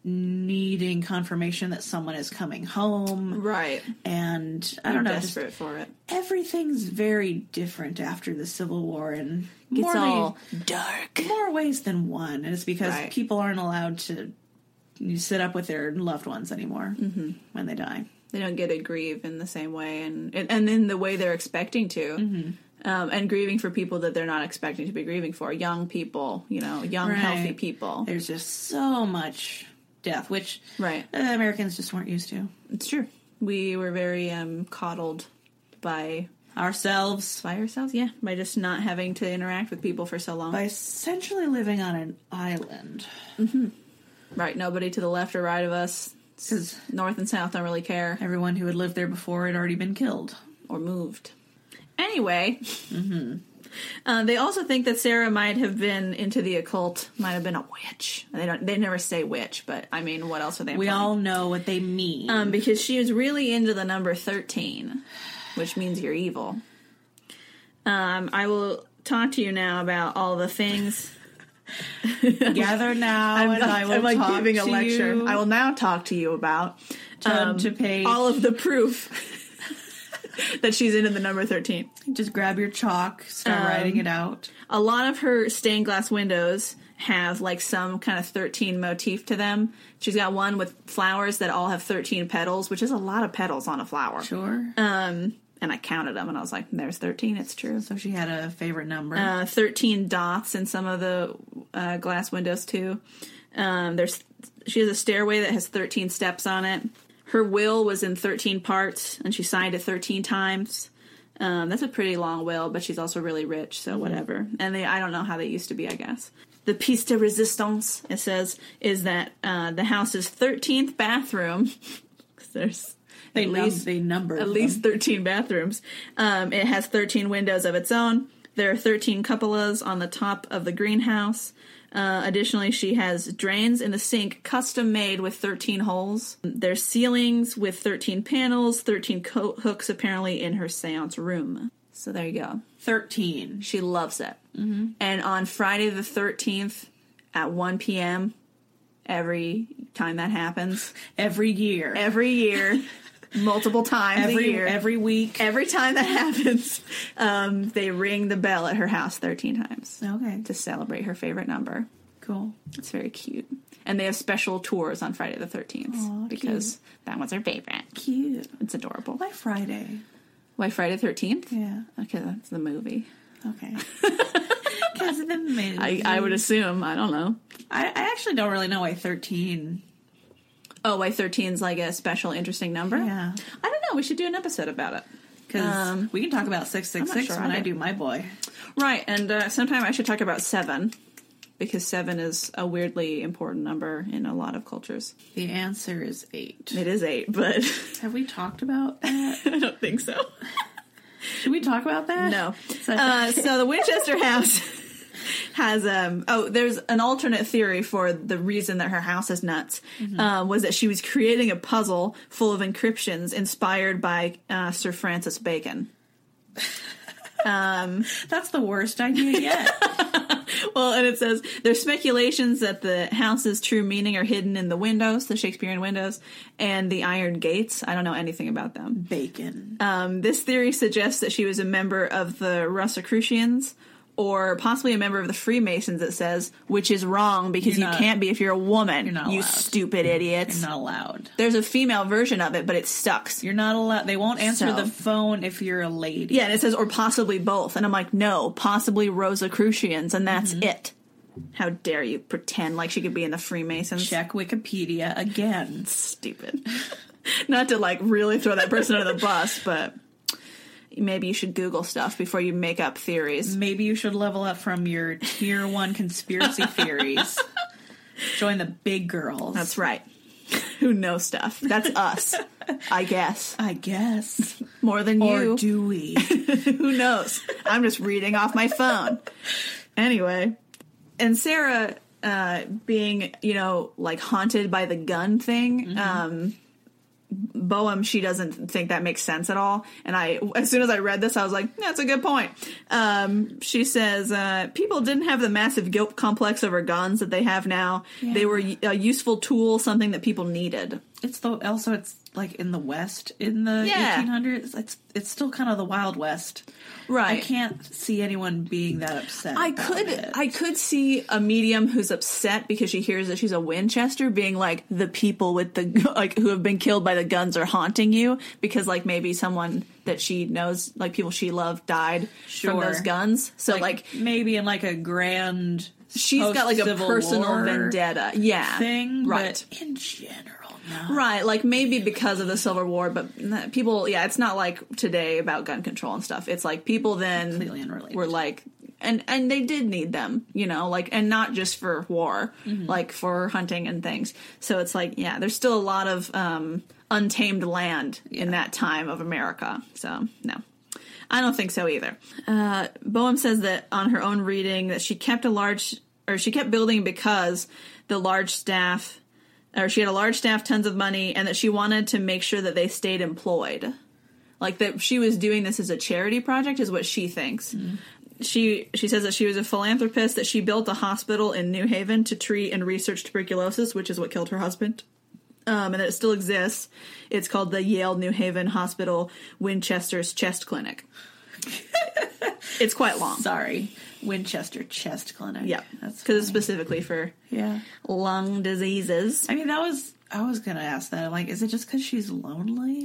needing confirmation that someone is coming home.
Right.
And I don't know, just
Desperate for it.
everything's very different after the Civil War and
It's
more,
all dark.
more ways than one. And it's because
Right.
people aren't allowed to you sit up with their loved ones anymore
Mm-hmm.
when they die.
they don't get to grieve in the same way and and, and in the way they're expecting to
Mm-hmm.
um, and grieving for people that they're not expecting to be grieving for young people you know young
Right.
healthy people
There's just so much death, which
right
uh, Americans just weren't used to.
it's true we were very um, coddled by
Ourselves,
by ourselves yeah by just not having to interact with people for so long
by essentially living on an island.
right nobody to the left or right of us
Because
north and south don't really care
everyone who had lived there before had already been killed.
or moved. Anyway, uh, they also think that Sarah might have been into the occult, might have been a witch. They don't. They never say witch, but I mean, what else are they?
We
implying?
all know what they mean.
um, because she was really into the number thirteen, which means you're evil. Um, I will talk to you now about all the things.
Gather now, and I will
I'm like
talk
giving
to
a lecture.
you.
I will now talk to you about
Turn to page.
all of the proof that she's into the number thirteen.
Just grab your chalk,
Um,
start writing it out.
a lot of her stained glass windows have like some kind of 13 motif to them. She's got one with flowers that all have 13 petals, which is a lot of petals on a flower.
Sure.
Um, and I counted them and I was like, there's 13, it's true.
so she had a favorite number.
Uh, 13 dots in some of the uh, glass windows too. Um, there's she has a stairway that has 13 steps on it. Her will was in 13 parts and she signed it 13 times. Um, that's a pretty long will, but she's also really rich, so whatever. And they, I don't know how they used to be, I guess. The piece de resistance, it says, is that uh, the house's 13th bathroom. there's
they
at
num-
least
they numbered
at least 13 bathrooms. Um, it has 13 windows of its own. There are 13 cupolas on the top of the greenhouse. Uh, additionally, she has drains in the sink custom made with 13 holes. There's ceilings with 13 panels, 13 coat hooks apparently in her seance room. So there you go.
thirteen.
She loves it.
Mm-hmm.
And on Friday the 13th at 1 p.m., every time that happens,
Every year,
every year, multiple times a
every
year
every week.
every time that happens, um, they ring the bell at her house 13 times
okay,
to celebrate her favorite number.
cool.
It's very cute. And they have special tours on Friday the 13th
Aw,
because that was her favorite.
Cute.
It's adorable.
Why Friday?
Why Friday the 13th?
Yeah.
Okay, that's the movie.
Okay. Because of the movie.
I, I would assume. I don't know.
I, I actually don't really know why 13.
Oh, why 13 is like a special, interesting number?
Yeah.
I don't know. We should do an episode about it.
Because
Um,
we can talk about 666
sure
when
either.
I do my boy.
Right, and uh, sometime I should talk about seven because seven is a weirdly important number in a lot of cultures.
The answer is 8.
It is eight, but
Have we talked about that?
I don't think so.
Should we talk about that?
No.
So-
Uh, so the Winchester house has um oh there's an alternate theory for the reason that her house is nuts uh, was that she was creating a puzzle full of encryptions inspired by uh, Sir Francis Bacon.
That's the worst idea yet.
well, and it says there's speculations that the house's true meaning are hidden in the windows, the Shakespearean windows, and the iron gates. I don't know anything about them.
Bacon.
Um, this theory suggests that she was a member of the Rosicrucians or possibly a member of the Freemasons, it says, which is wrong because
You're
you
not-
can't be if you're a woman,
you're not
you
allowed.
stupid idiots.
Not allowed.
There's a female version of it, but it sucks.
You're not allowed. They won't answer
So-
the phone if you're a lady.
Yeah, and it says, or possibly both. And I'm like, no, possibly Rosicrucians, and that's
Mm-hmm.
it. How dare you pretend like she could be in the Freemasons?
Check Wikipedia again.
Stupid. Not to like really throw that person under the bus, but maybe you should Google stuff before you make up theories.
Maybe you should level up from your tier one conspiracy theories. Join the big girls.
That's right. Who knows stuff? That's us, I guess.
I guess.
More than you.
Or do we?
Who knows? I'm just reading off my phone. Anyway, and Sarah uh, being, you know, like haunted by the gun thing. Um, Boehm, she doesn't think that makes sense at all. And I, as soon as I read this, I was like, that's a good point. Um, she says, uh, people didn't have the massive guilt complex over guns that they have now. They were y- a useful tool, something that people needed.
It's the also it's like in the West in the
Yeah.
1800s. It's it's still kind of the Wild West.
Right.
I can't see anyone being that upset.
I
about
could
it.
I could see a medium who's upset because she hears that she's a Winchester being like the people with the like who have been killed by the guns are haunting you because like maybe someone that she knows like people she loved died from
Sure.
those guns so like,
maybe in like a grand
she's got like a
post-Civil
personal
War
vendetta yeah
thing,
right
but in general, no.
right like maybe because of the Civil War but n- people yeah it's not like today about gun control and stuff it's like people then
Completely unrelated.
were like and and they did need them you know like and not just for war like for hunting and things so it's like yeah there's still a lot of um untamed land in that time of america so no i don't think so either uh boehm says that on her own reading that she kept a large or she kept building because the large staff or she had a large staff tons of money and that she wanted to make sure that they stayed employed like that she was doing this as a charity project is what she thinks she she says that she was a philanthropist that she built a hospital in new haven to treat and research tuberculosis which is what killed her husband um, and that it still exists it's called the yale new haven hospital winchester's chest clinic it's quite long
Sorry, Winchester Chest Clinic.
yeah
that's
because it's specifically for
yeah.
lung diseases
I mean, that was I was gonna ask that. I'm like, is it just because she's lonely?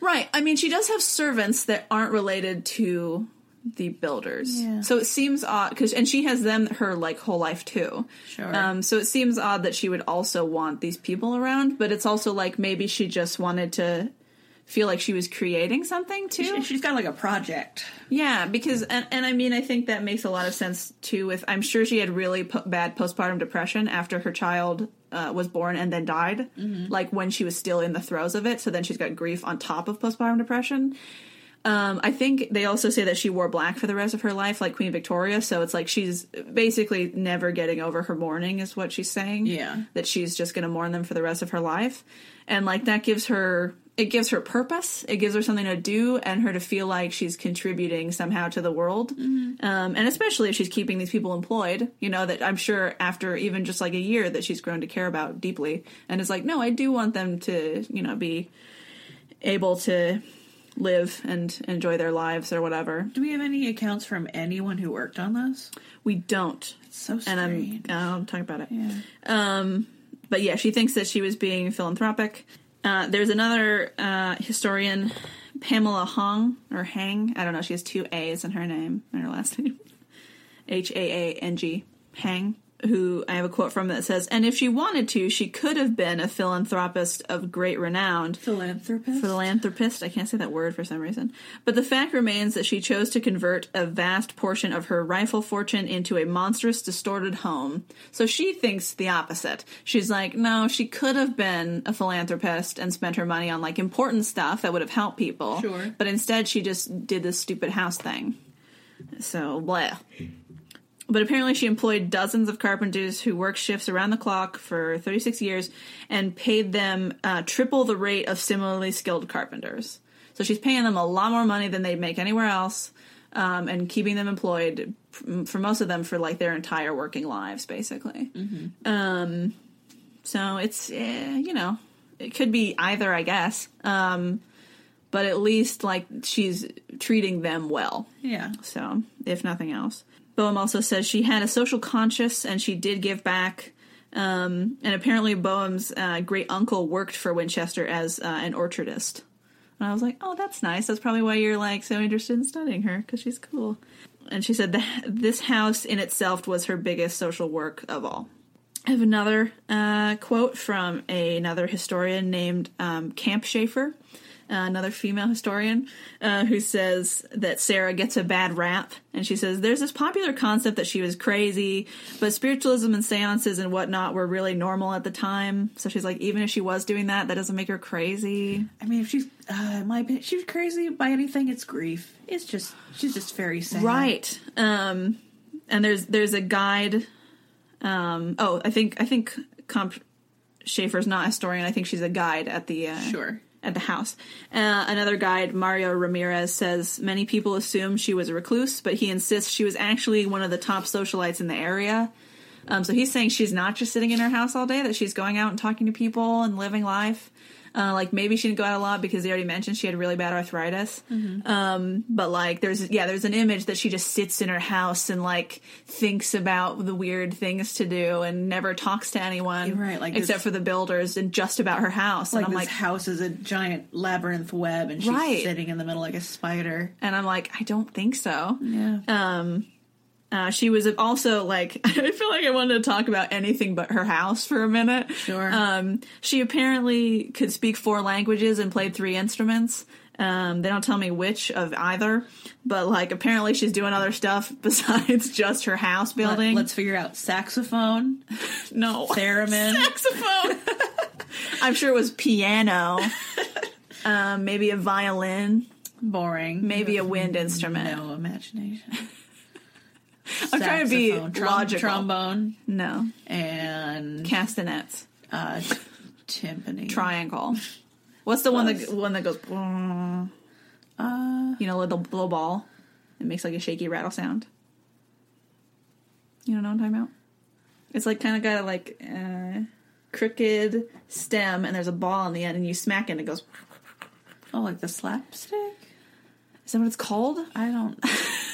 Right. I mean, she does have servants that aren't related to the builders.
Yeah.
So it seems odd cuz and she has them her like whole life too.
Sure.
Um so it seems odd that she would also want these people around, but it's also like maybe she just wanted to feel like she was creating something too.
She, she's got like a project.
Yeah, because and, and I mean I think that makes a lot of sense too. With I'm sure she had really po- bad postpartum depression after her child uh, was born and then died,
Mm-hmm.
like when she was still in the throes of it. So then she's got grief on top of postpartum depression. Um, I think they also say that she wore black for the rest of her life, like Queen Victoria. So it's like she's basically never getting over her mourning, is what she's saying.
Yeah.
that she's just going to mourn them for the rest of her life, and like that gives her it gives her purpose, it gives her something to do, and her to feel like she's contributing somehow to the world. Um, and especially if she's keeping these people employed, you know that I'm sure after even just like a year that she's grown to care about deeply, and it's like, no, I do want them to, you know, be able to live and enjoy their lives or whatever.
Do we have any accounts from anyone who worked on this?
We don't.
So strange.
And I'm I'll talk about it. Um but yeah, she thinks that she was being philanthropic. Uh, there's another uh, historian, Pamela Hong or Hang. I don't know. She has two A's in her name in her last name. H A A N G, Hang, who I have a quote from that says, "And if she wanted to, she could have been a philanthropist of great renown,
philanthropist.
philanthropist. I can't say that word for some reason. But the fact remains that she chose to convert a vast portion of her rifle fortune into a monstrous, distorted home. So she thinks the opposite. She's like, no, she could have been a philanthropist and spent her money on like important stuff that would have helped people.
Sure.
But instead, she just did this stupid house thing. So, bleh. But apparently, she employed dozens of carpenters who worked shifts around the clock for 36 years and paid them uh, triple the rate of similarly skilled carpenters. So she's paying them a lot more money than they'd make anywhere else. um, and keeping them employed f- for most of them for like their entire working lives, basically. Um, so it's eh, you know it could be either, I guess. Um, but at least like she's treating them well.
Yeah.
So, if nothing else. Boehm also says she had a social conscience and she did give back. Um, and apparently, Boehm's uh, great uncle worked for Winchester as uh, an orchardist. And I was like, oh, that's nice. That's probably why you're like so interested in studying her because she's cool. And she said that this house in itself was her biggest social work of all. I have another uh, quote from another historian named um, Camp Schaefer, uh, another female historian, uh, who says that Sarah gets a bad rap. And she says, There's this popular concept that she was crazy, but spiritualism and seances and whatnot were really normal at the time. So she's like, Even if she was doing that, that doesn't make her crazy.
I mean, if she's, uh, in my opinion, if she's crazy by anything, it's grief. It's just, she's just very sad.
right um and there's there's a guide um oh i think i think comp schaefer's not a historian i think she's a guide at the uh,
Sure.
at the house uh, another guide mario ramirez says many people assume she was a recluse but he insists she was actually one of the top socialites in the area um, so he's saying she's not just sitting in her house all day that she's going out and talking to people and living life uh, like maybe she didn't go out a lot because they already mentioned she had really bad arthritis
Mm-hmm.
um, but like there's yeah there's an image that she just sits in her house and like thinks about the weird things to do and never talks to anyone
Right, like
except
this-
for the builders and just about her house
Like
and i'm like
this house is a giant labyrinth web, and she's
Right.
sitting in the middle like a spider.
and i'm like i don't think so
Yeah.
um uh, she was also like i feel like i wanted to talk about anything but her house for a minute
Sure.
um she apparently could speak four languages and played three instruments um they don't tell me which of either but like apparently she's doing other stuff besides just her house building
Let, us figure out saxophone,
no
theremin.
saxophone i'm sure it was piano um maybe a violin
Boring.
maybe a wind instrument
No imagination.
i'm trying to be
Saxophone, trom-
logical
Trombone
no
and
castanets
uh, t- timpani.
triangle. What's the one that
Close.
one that goes? You
Uh,
know, little little ball. It makes like a shaky rattle sound. You don't know what I'm talking about? It's like kind of got a like uh, crooked stem, and there's a ball on the end, and you smack it, and it goes.
oh, like the slapstick.
Is that what it's called?
I don't. I don't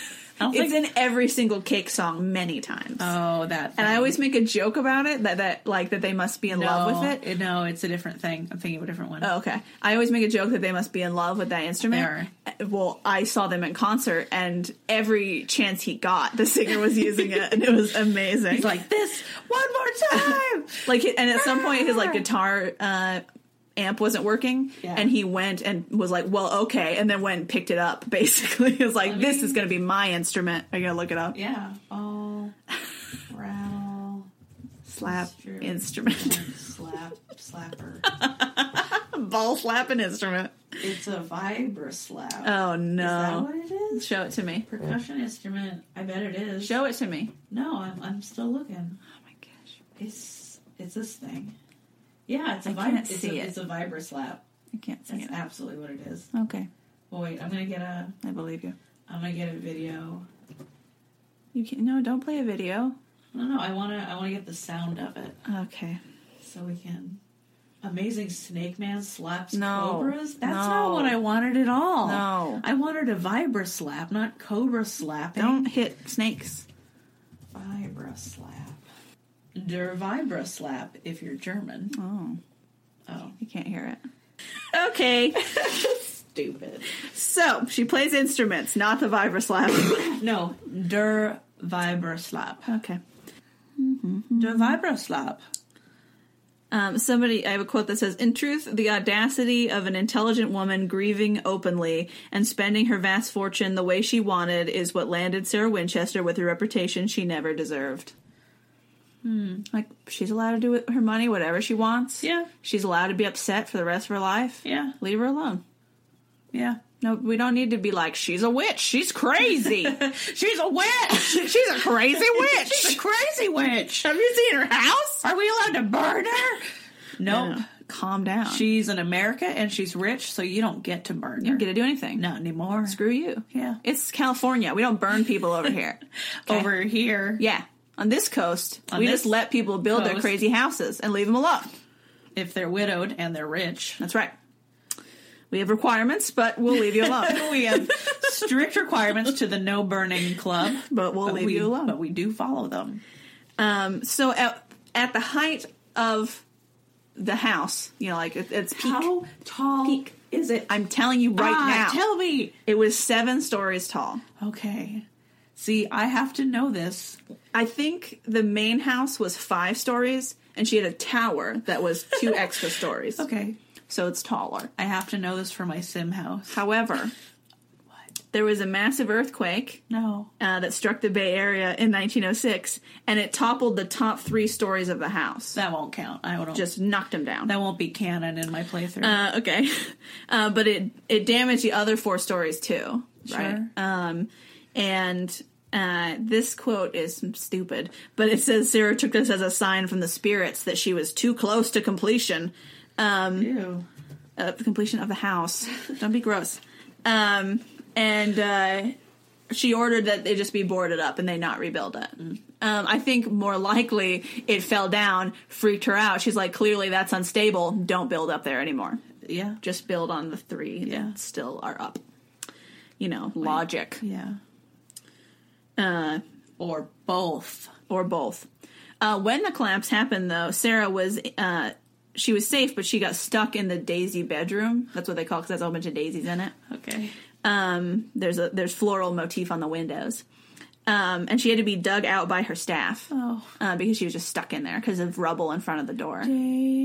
It's
think.
in every single cake song many times,
oh, that.
and I
thing.
always make a joke about it that that like that they must be in love with it.
No, it's a different thing. I'm thinking of a different one.
Oh, okay. I always make a joke that they must be in love with that instrument. Uh, Well, I saw them in concert, and every chance he got, the singer was using it, and it was amazing.
It's like this one more time.
like, and at some point, his like guitar uh, amp wasn't working,
Yeah.
and he went and was like, "Well, okay," and then went and picked it up. Basically, it was like, "This is going to be my instrument." Are you gonna look it up?
yeah. Oh, rattle,
Slap
Instrument.
instrument,
slap, slapper.
ball slapping instrument.
It's a vibra slap.
Oh no!
Is that what it is?
Show it to me.
Percussion instrument. I bet it is.
Show it to me.
No, I'm, I'm still looking.
Oh my gosh,
It's it's this thing. Yeah, it's a
I
vib-
can't
it's
see
a,
it.
It's a vibra slap.
I can't see
That's
it.
absolutely what it is.
Okay,
Well, wait, I'm gonna get a
I believe you.
I'm gonna get a video.
You can't. No, don't play a video.
No, no, I wanna I wanna get the sound of it
Okay.
so we can. Amazing Snake Man slaps
No.
cobras. That's
No.
not what I wanted at all.
No.
I wanted a vibra slap, not cobra slapping.
Don't hit snakes.
Vibra slap. Der Vibra slap. If you're German.
Oh,
Oh,
you can't hear it. Okay.
stupid.
so she plays instruments, not the vibra slap.
No, der Vibra slap.
okay.
Der Vibra slap.
Um, somebody, I have a quote that says, "In truth, the audacity of an intelligent woman grieving openly and spending her vast fortune the way she wanted is what landed Sarah Winchester with a reputation she never deserved." Hmm. Like she's allowed to do with her money whatever she wants.
Yeah.
She's allowed to be upset for the rest of her life.
Yeah.
Leave her alone.
Yeah.
No, we don't need to be like she's a witch. She's crazy.
She's a witch.
she's a crazy
She's a crazy witch.
Have you seen her house?
Are we allowed to burn her? Nope.
calm down. She
She's in America and she's rich, so you don't get to burn her.
didn't get to do anything.
Not anymore.
Screw you.
Yeah.
It's California. We don't burn people over here. Okay?
Over here
Yeah. On this coast, we
this
just let people build their
coast.
crazy houses and leave them alone.
if they're widowed and they're rich.
That's right. We have requirements, but we'll leave you alone.
we have strict requirements to the no burning club,
But we'll leave
we,
you alone.
But we do follow them.
Um, so at, at the height of the house, you know, like it, it's peak.
How tall
Peak.
is it?
I'm telling you right
Ah,
now,
Tell me.
it was seven stories tall.
Okay. See, I have to know this.
I think the main house was five stories, and she had a tower that was two extra stories.
Okay.
So it's taller.
I have to know this for my sim house.
However, there was a massive earthquake
No.
uh, that struck the Bay Area in 1906, and it toppled the top three stories of the house.
That won't count. I don't
Just knocked them down.
that won't be canon in my playthrough.
Uh, okay, uh, but it it damaged the other four stories too, right?
Sure.
Um, and uh, this quote is stupid, but it says Sarah took this as a sign from the spirits that she was too close to completion, Um,
Ew.
uh, completion of the house. Don't be gross. Um, and uh, she ordered that they just be boarded up and they not rebuild it. Um, I think more likely it fell down, freaked her out. She's like, clearly that's unstable. Don't build up there anymore
Yeah.
just build on the three
Yeah.
that still are up. You know, logic
Yeah.
uh,
Or both.
or both. Uh, when the collapse happened, though, Sarah was uh, she was safe, but she got stuck in the Daisy bedroom. That's what they call because that's a whole bunch of daisies in it.
Okay.
Um, there's a there's floral motif on the windows, um, and she had to be dug out by her staff
Oh.
uh, because she was just stuck in there because of rubble in front of the door.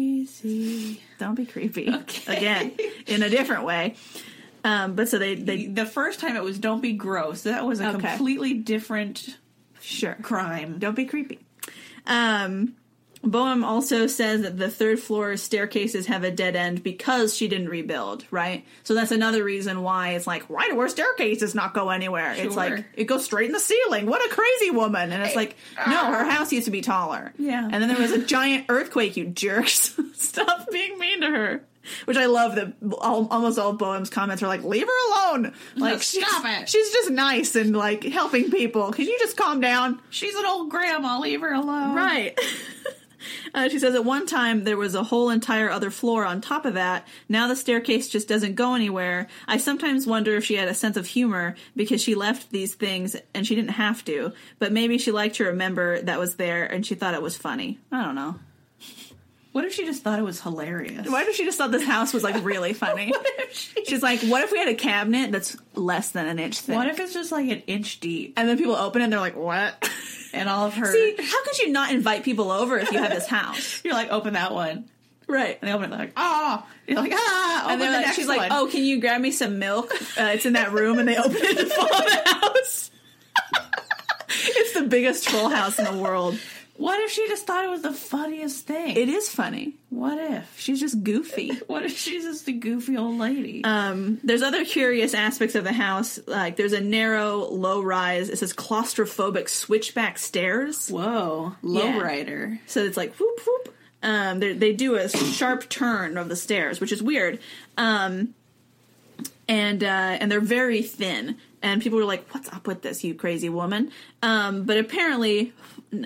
Daisy.
Don't be creepy again in a different way. Um, but so they they
The first time it was don't be gross. That was a
Okay.
completely different
sure
crime.
Don't be creepy. Um, Boehm also says that the third floor staircases have a dead end because she didn't rebuild, right? So that's another reason why it's like, why do our staircases not go anywhere? It's
Sure.
like, it goes straight in the ceiling. What a crazy woman. And it's like, no, her house used to be taller.
Yeah.
And then there was a giant earthquake, you jerks. Stop being mean to her. Which I love that all, almost all Boehm's comments are like, leave her alone. Like,
Stop
she's-
it.
She's just nice and like helping people. Can you just calm down?
She's an old grandma. Leave her alone.
Right. Uh, she says at one time there was a whole entire other floor on top of that. Now the staircase just doesn't go anywhere. I sometimes wonder if she had a sense of humor because she left these things and she didn't have to, but maybe she liked to remember that was there and she thought it was funny. I don't know.
What if she just thought it was hilarious?
Why if she just thought this house was like really funny? She's like, what if we had a cabinet that's less than an inch thick?
What if it's just like an inch deep
and then people open it and they're like, what?
and all of her
See, how could you not invite people over if you have this house?
you're like open that one.
Right.
And they open it they're like, ah you're like, ah open
and they're
the
like,
next
she's
one.
like, oh, can you grab me some milk? Uh, it's in that room, and they open it to full house. it's the biggest full house in the world.
What if she just thought it was the funniest thing?
It is funny.
what if?
She's just goofy.
What if she's just a goofy old lady?
Um, there's other curious aspects of the house. Like there's a narrow, low rise. It says claustrophobic switchback stairs.
Whoa,
yeah.
lowrider.
So it's like whoop whoop. Um, they they do a sharp turn of the stairs, which is weird. Um, and uh, and they're very thin. And people were like, "What's up with this, you crazy woman?" Um, but apparently,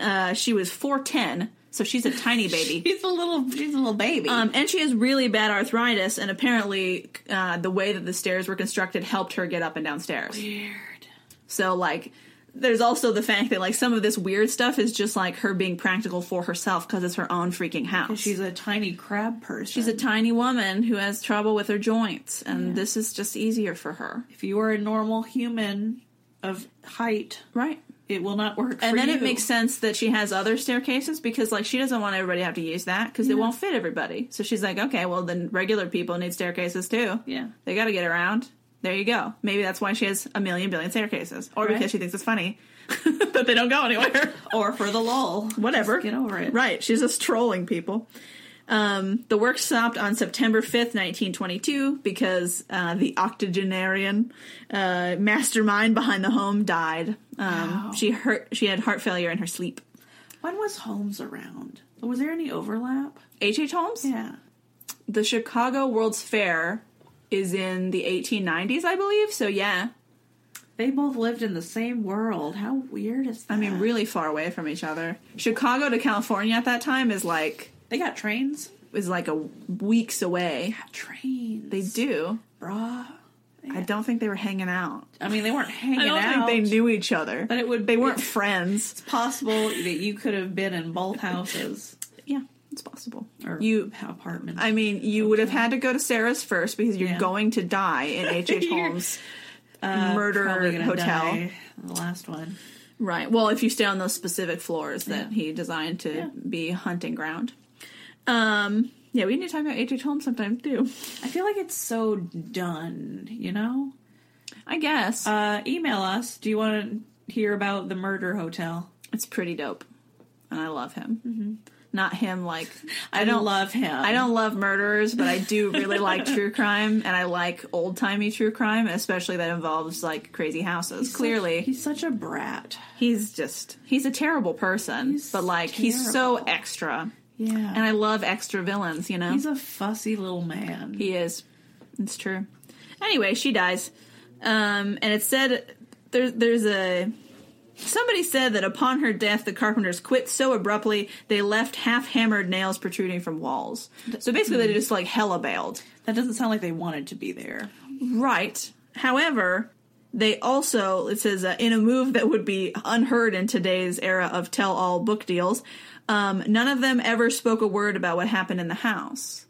uh, she was four ten, so she's a tiny baby.
She's a little, she's a little baby.
Um, and she has really bad arthritis, and apparently, uh, the way that the stairs were constructed helped her get up and downstairs.
Weird.
So like there's also the fact that like some of this weird stuff is just like her being practical for herself because it's her own freaking house.
She's a tiny crab person.
She's a tiny woman who has trouble with her joints, and this is just easier for her.
if you were a normal human of height,
Right.
it will not work.
And
for
then it
you.
makes sense that she has other staircases because, like, she doesn't want everybody to have to use that because it won't fit everybody. So she's like, okay, well, then regular people need staircases too.
Yeah.
They got to get around. There you go. Maybe that's why she has a million billion staircases, or
Right.
because she thinks it's funny that they don't go anywhere.
or for the lull.
whatever.
Just get over it.
Right. She's just trolling people. Um, the work stopped on September 5th, 1922, because uh, the octogenarian uh, mastermind behind the home died. Um,
Wow.
She hurt. She had heart failure in her sleep.
When was Holmes around? Was there any overlap?
H.H. Holmes?
Yeah.
the Chicago World's Fair is in the 1890s, I believe. So yeah,
They both lived in the same world. How weird is that?
I mean, really far away from each other. Chicago to California at that time is like
they got trains.
is like a weeks away.
Got trains.
They do.
bruh.
I don't think they were hanging out.
I mean, they weren't hanging
I don't
out.
think they knew each other.
But it would-
They weren't friends.
It's possible that you could have been in both houses
Yeah, it's possible.
or
You.
apartments.
I mean, you would have had to go to Sarah's first because you're
Yeah.
going to die in H. H.
You're
Holmes'
Uh, probably
murder
gonna
hotel.
die in The last one.
Right. Well, if you stay on those specific floors that
Yeah.
he designed to
Yeah.
be hunting ground. Um. Yeah, we need to talk about H.H. Holmes sometime too.
I feel like it's so done. You know.
I guess
Uh, email us. Do you want to hear about the murder hotel?
it's pretty dope, and I love him. Not him like
mm-hmm. I don't love him.
I don't love murderers, but I do really like true crime, and I like old timey true crime, especially that involves like crazy houses. Clearly,
he's such a brat.
he's just he's a terrible person,
He's
but like he's so
terrible.
extra,
Yeah,
and I love extra villains. You know,
he's a fussy little man.
He is. It's true. Anyway, she dies. Um, and it said there, there's a. Somebody said that upon her death, the carpenters quit so abruptly they left half hammered nails protruding from walls. So basically,
Hmm.
they just like hella bailed.
that doesn't sound like they wanted to be there.
Right. However, they also, it says, uh, in a move that would be unheard in today's era of tell all book deals, um, none of them ever spoke a word about what happened in the house.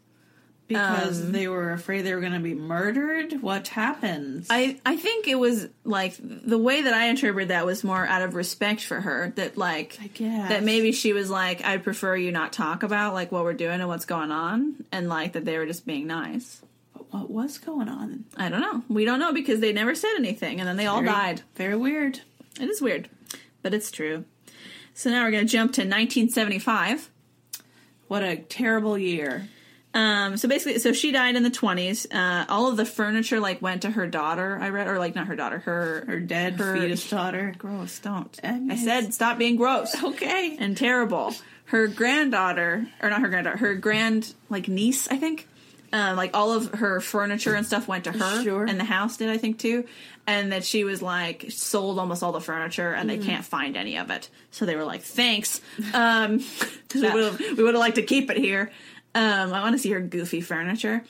because
Um,
they were afraid they were going to be murdered. What happens?
I, I think it was like the way that I interpreted that was more out of respect for her that like I
guess.
that maybe she was like I prefer you not talk about like what we're doing and what's going on and like that they were just being nice.
what was going on?
I don't know. We don't know because they never said anything and then they all
Very-
died.
Very weird.
It is weird, but it's true. So now we're going to jump to 1975.
What a terrible year.
Um, so basically, so she died in the 20s. Uh, all of the furniture like went to her daughter. I read, or like not her daughter, her
Her dead
Her-
fetus daughter.
Gross, don't.
I mean,
I said stop being gross
Okay.
and terrible. Her granddaughter, or not her granddaughter, her grand like niece, I think. Um, like all of her furniture and stuff went to her,
Sure.
and the house did, I think, too. And that she was like sold almost all the furniture, and they can't find any of it. So they were like, "Thanks, um, 'cause we would have we would have liked to keep it here. Um, I want to see her goofy furniture."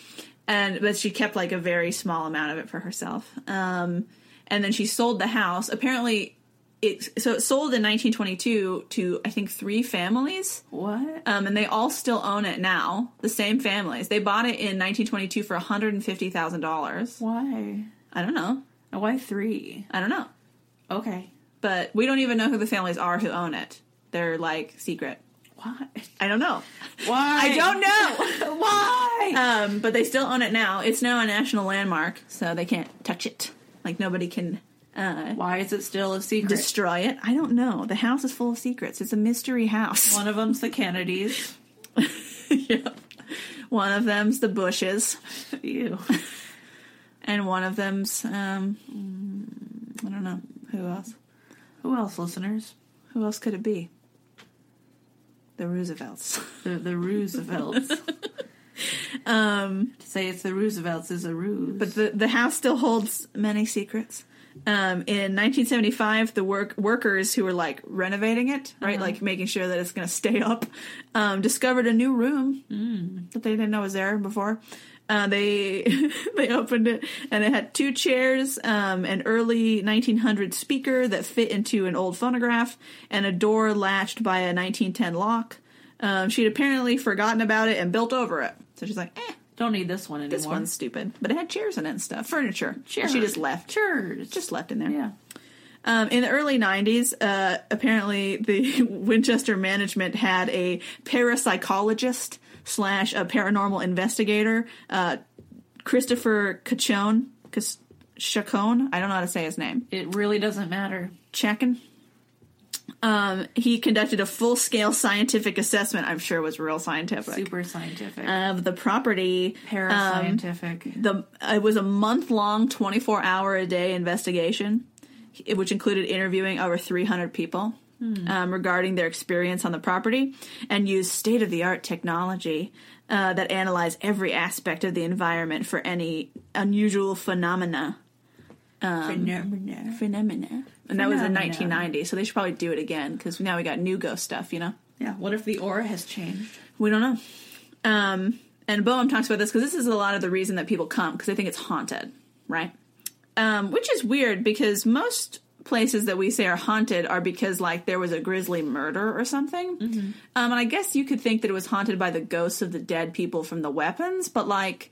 And but she kept like a very small amount of it for herself. Um, and then she sold the house. Apparently, it so it sold in 1922 to I think three families,
What?
um, and they all still own it now. The same families. They bought it in 1922 for 150 thousand dollars.
Why?
I don't know.
Why three?
I don't know.
Okay.
But we don't even know who the families are who own it. They're like secret.
Why?
I don't know.
Why?
I don't know.
Why?
um, but they still own it now. It's now a national landmark, so they can't touch it. Like nobody can uh,
Why is it still a secret?
destroy it. I don't know. The house is full of secrets. It's a mystery house.
One of them's the Kennedys.
yep. One of them's the bushes,
Ew.
and one of them's um, I don't know who else.
Who else, listeners?
Who else could it be? The Roosevelts.
The, the Roosevelts.
Um,
to say it's the Roosevelts is a ruse.
but the the house still holds many secrets. Um, in 1975, the work workers who were like renovating it, right, like making sure that it's going to stay up, um, discovered a new room that they didn't know was there before. Uh, they they opened it and it had two chairs, um, an early 1900 speaker that fit into an old phonograph, and a door latched by a 1910 lock. Um, she'd apparently forgotten about it and built over it. So she's like, eh,
don't need this one anymore.
this one's stupid, but it had chairs in it and stuff, furniture.
Sure.
She just left.
Sure.
Just left in there.
Yeah.
Um, in the early 90s, uh, apparently the Winchester management had a parapsychologist slash a paranormal investigator, uh, Christopher Cachone. Cas- Chacon? I don't know how to say his name.
It really doesn't matter.
Chacon? Um, he conducted a full scale scientific assessment, I'm sure was real scientific,
Super scientific.
of the property. um,
Parascientific.
the it was a month long 24 hour a day investigation it- which included interviewing over 300 people um, regarding their experience on the property and use state of the art technology uh, that analyze every aspect of the environment for any unusual phenomena.
Phenomena.
Phenomena. And that was in
Phenomena.
1990, so they should probably do it again because now we got new ghost stuff, you know?
Yeah. What if the aura has changed?
We don't know. Um, and Boehm talks about this because this is a lot of the reason that people come because they think it's haunted, right? Um, which is weird because most places that we say are haunted are because like there was a grisly murder or something. Um, and I guess you could think that it was haunted by the ghosts of the dead people from the weapons, but like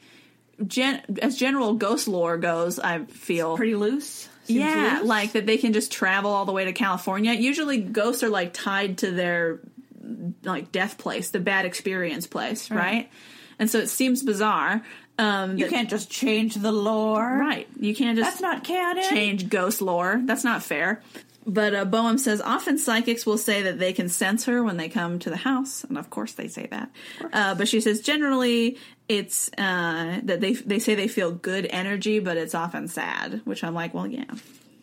gen- as general ghost lore goes, I feel
Pretty loose. Seems
yeah,
loose.
like that they can just travel all the way to California. Usually, ghosts are like tied to their like death place, the bad experience place, right? And so it seems bizarre. Um,
you
that-
can't just change the lore.
right? You can't just
That's not canon.
change ghost lore. That's not fair. But uh, Boehm says often psychics will say that they can sense her when they come to the house, and of course they say that. Uh, but she says generally it's uh, that they they say they feel good energy, but it's often sad. Which I'm like, well, yeah,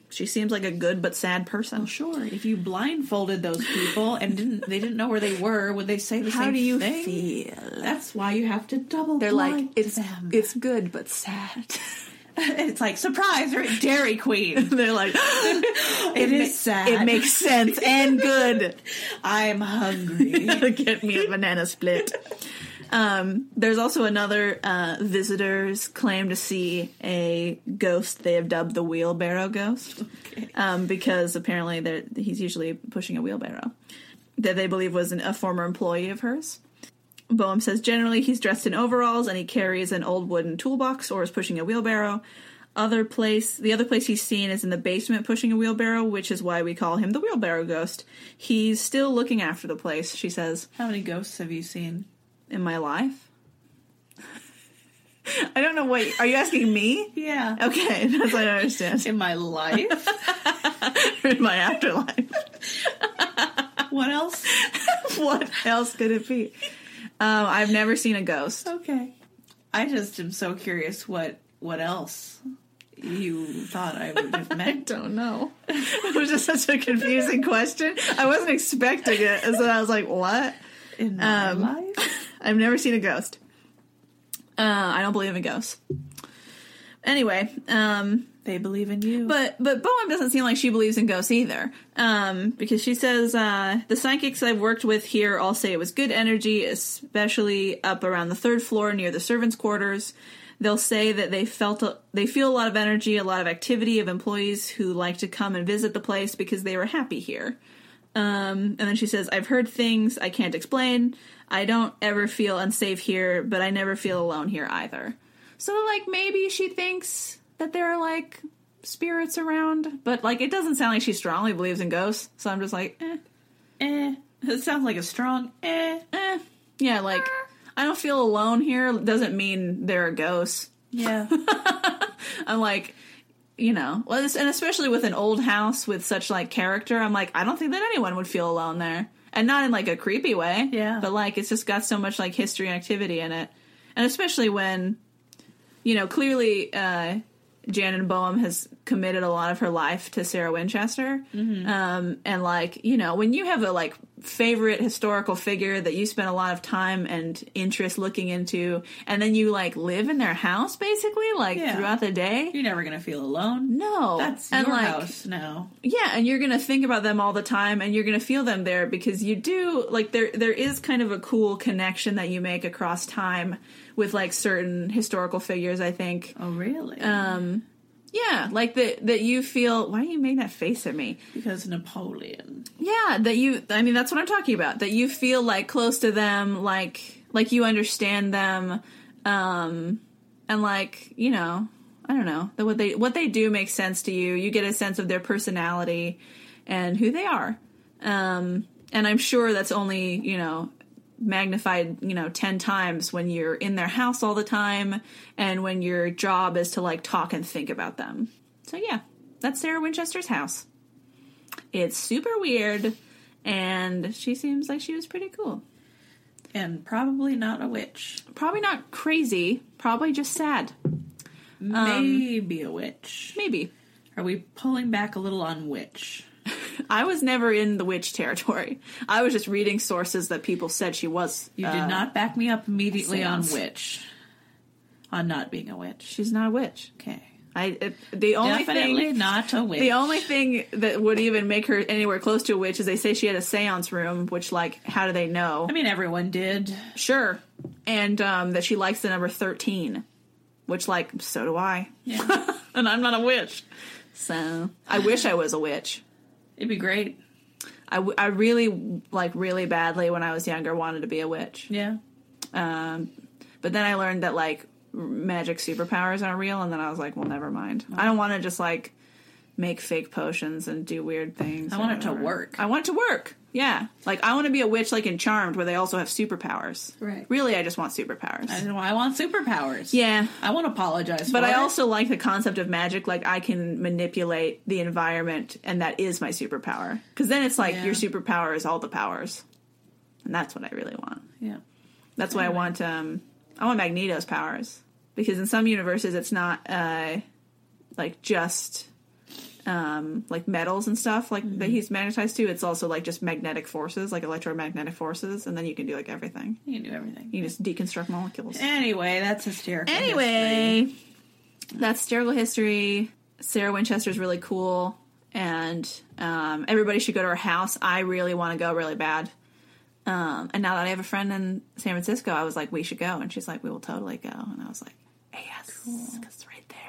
she seems like a good but sad person.
Sure. If you blindfolded those people and didn't, they didn't know where they were. Would they say the same thing?
feel?
That's why you have to double.
They're like
blind
it's
them.
it's good but sad.
it's like surprise. You're at Dairy Queen.
They're like
it
ma-
is sad.
It makes sense and good.
I'm hungry.
Get me a banana split. Um, there's also another uh, visitors claim to see a ghost they have dubbed the wheelbarrow ghost um, because apparently they're- he's usually pushing a wheelbarrow that they believe was an, a former employee of hers. Boehm says generally he's dressed in overalls and he carries an old wooden toolbox or is pushing a wheelbarrow. Other place, the other place he's seen is in the basement pushing a wheelbarrow, which is why we call him the wheelbarrow ghost. He's still looking after the place, she says
How many ghosts have you seen?
in my life? I don't know what. Are you asking me?
Yeah.
Okay, that's what I don't understand.
In my life.
In my afterlife.
what else?
what else could it be? Um, I've never seen a ghost.
Okay. I just am so curious what what else you thought I would have met.
don't know. it was just such a confusing question. I wasn't expecting it, and so I was like, "What?
in my
Um,
life.
I've never seen a ghost. Uh, I don't believe in ghosts." Anyway, um,
They believe in you.
But but Boehm doesn't seem like she believes in ghosts either, um, because she says uh, the psychics I've worked with here all say it was good energy, especially up around the third floor near the servants' quarters. They'll say that they felt a, they feel a lot of energy, a lot of activity of employees who like to come and visit the place because they were happy here. Um, and then she says, "I've heard things I can't explain. I don't ever feel unsafe here, but I never feel alone here either." So like maybe she thinks that there are like spirits around, but like it doesn't sound like she strongly believes in ghosts. So I'm just like, eh,
eh. It sounds like a strong eh.
eh. yeah, like I don't feel alone here. Doesn't mean there are ghosts.
Yeah.
I'm like, you know, well, this, and especially with an old house with such like character, I'm like, I don't think that anyone would feel alone there, and not in like a creepy way.
Yeah.
but like it's just got so much like history and activity in it, and especially when, you know, clearly. uh Janet Boehm has committed a lot of her life to Sarah Winchester.
Mm-hmm.
Um, and like, you know, when you have a like favorite historical figure that you spend a lot of time and interest looking into, and then you like live in their house basically, like
Yeah.
throughout the day.
You're never gonna feel alone.
No.
That's
and
your
like,
house now.
Yeah, and you're gonna think about them all the time and you're gonna feel them there because you do like there there is kind of a cool connection that you make across time with like certain historical figures, I think.
Oh really?
Um, yeah, like that that you feel. Why do you make that face at me?
because Napoleon.
Yeah, that you. I mean, that's what I'm talking about. That you feel like close to them, like like you understand them, um, and like you know, I don't know that what they what they do makes sense to you. You get a sense of their personality and who they are. Um, and I'm sure that's only you know magnified you know 10 times when you're in their house all the time and when your job is to like talk and think about them so yeah that's sarah winchester's house it's super weird and she seems like she was pretty cool
And probably not a witch.
probably not crazy probably just sad Um,
Maybe a witch.
maybe
Are we pulling back a little on witch?
I was never in the witch territory. I was just reading sources that people said she was.
You did
uh,
not back me up immediately on
seance.
witch, on not being a witch.
She's not a witch.
Okay,
I it, the only
definitely
thing
not a witch.
the only thing that would even make her anywhere close to a witch is they say she had a séance room, which like how do they know?
I mean, everyone did.
Sure. And um, that she likes the number 13, which, like, so do I.
Yeah.
and I'm not a witch. So I wish I was a witch.
It'd be great.
I, w- I really, like, really badly when I was younger wanted to be a witch.
Yeah.
Um, but then I learned that, like, r- magic superpowers aren't real. And then I was like, well, never mind. I don't want to just, like, make fake potions and do weird things.
I
or
want it to
whatever.
work.
I want it to work. Yeah. Like, I want to be a witch, like, in Charmed, where they also have superpowers.
Right.
Really, I just want superpowers.
I, don't know, I want superpowers.
yeah.
I won't apologize.
But
for
I
it.
also like the concept of magic. Like I can manipulate the environment, and that is my superpower. Because then it's like
Yeah.
your superpower is all the powers, and that's what I really want.
Yeah.
That's why I want um I want Magneto's powers because in some universes it's not uh like just um like metals and stuff like that he's magnetized to. It's also like just magnetic forces, like electromagnetic forces, and then you can do like everything.
You can do everything.
You can just deconstruct molecules.
Anyway, that's hysterical. history.
Anyway, that's Hysterical History. Sarah Winchester's really cool, and um, everybody should go to her house. I really want to go really bad. Um, and now that I have a friend in San Francisco, I was like, we should go. And she's like, we will totally go. And I was like, yes, because it's right there.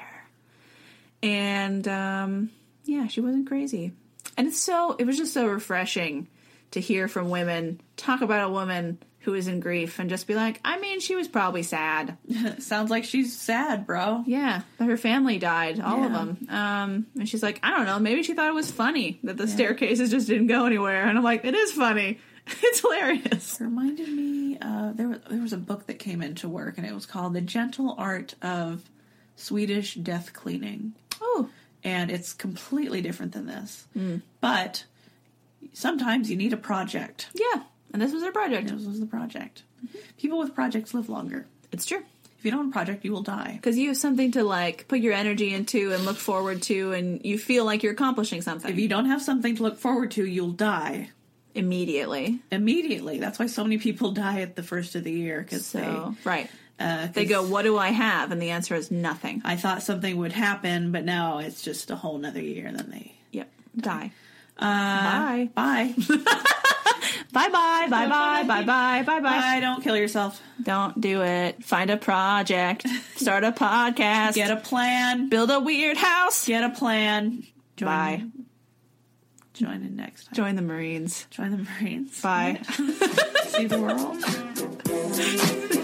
And um, yeah, she wasn't crazy. And it's so, it was just so refreshing to hear from women talk about a woman who is in grief and just be like, I mean, she was probably sad.
sounds like she's sad, bro.
Yeah, that her family died, all of
Yeah.
them. Um, and she's like, I don't know, maybe she thought it was funny that the staircases just didn't go anywhere. And I'm like, it is funny. It's hilarious.
reminded me uh, there was there was a book that came into work and it was called The Gentle Art of Swedish Death Cleaning
Oh,
and it's completely different than this.
Hmm.
But sometimes you need a project.
yeah. And this was her project.
This was the project.
Mm-hmm.
People with projects live longer.
It's true.
If you don't have a project, you will die.
Because you have something to like put your energy into and look forward to, and you feel like you're accomplishing
If
something
you don't have something to look forward to, you'll die
immediately.
immediately. That's why so many people die at the first of the year because
So, right.
they uh,
They go,
'cause
What do I have? And the answer is nothing.
I thought something would happen, but now it's just a whole nother year. Then they
Yep. Die.
uh,
Bye.
bye.
Bye bye. Bye bye. Bye bye. Bye bye.
I don't kill yourself.
Don't do it. Find a project. Start a podcast.
Get a plan.
build a weird house.
Get a plan. Join,
Bye.
Join in next time.
Join the Marines.
Join the Marines.
Bye.
See the world.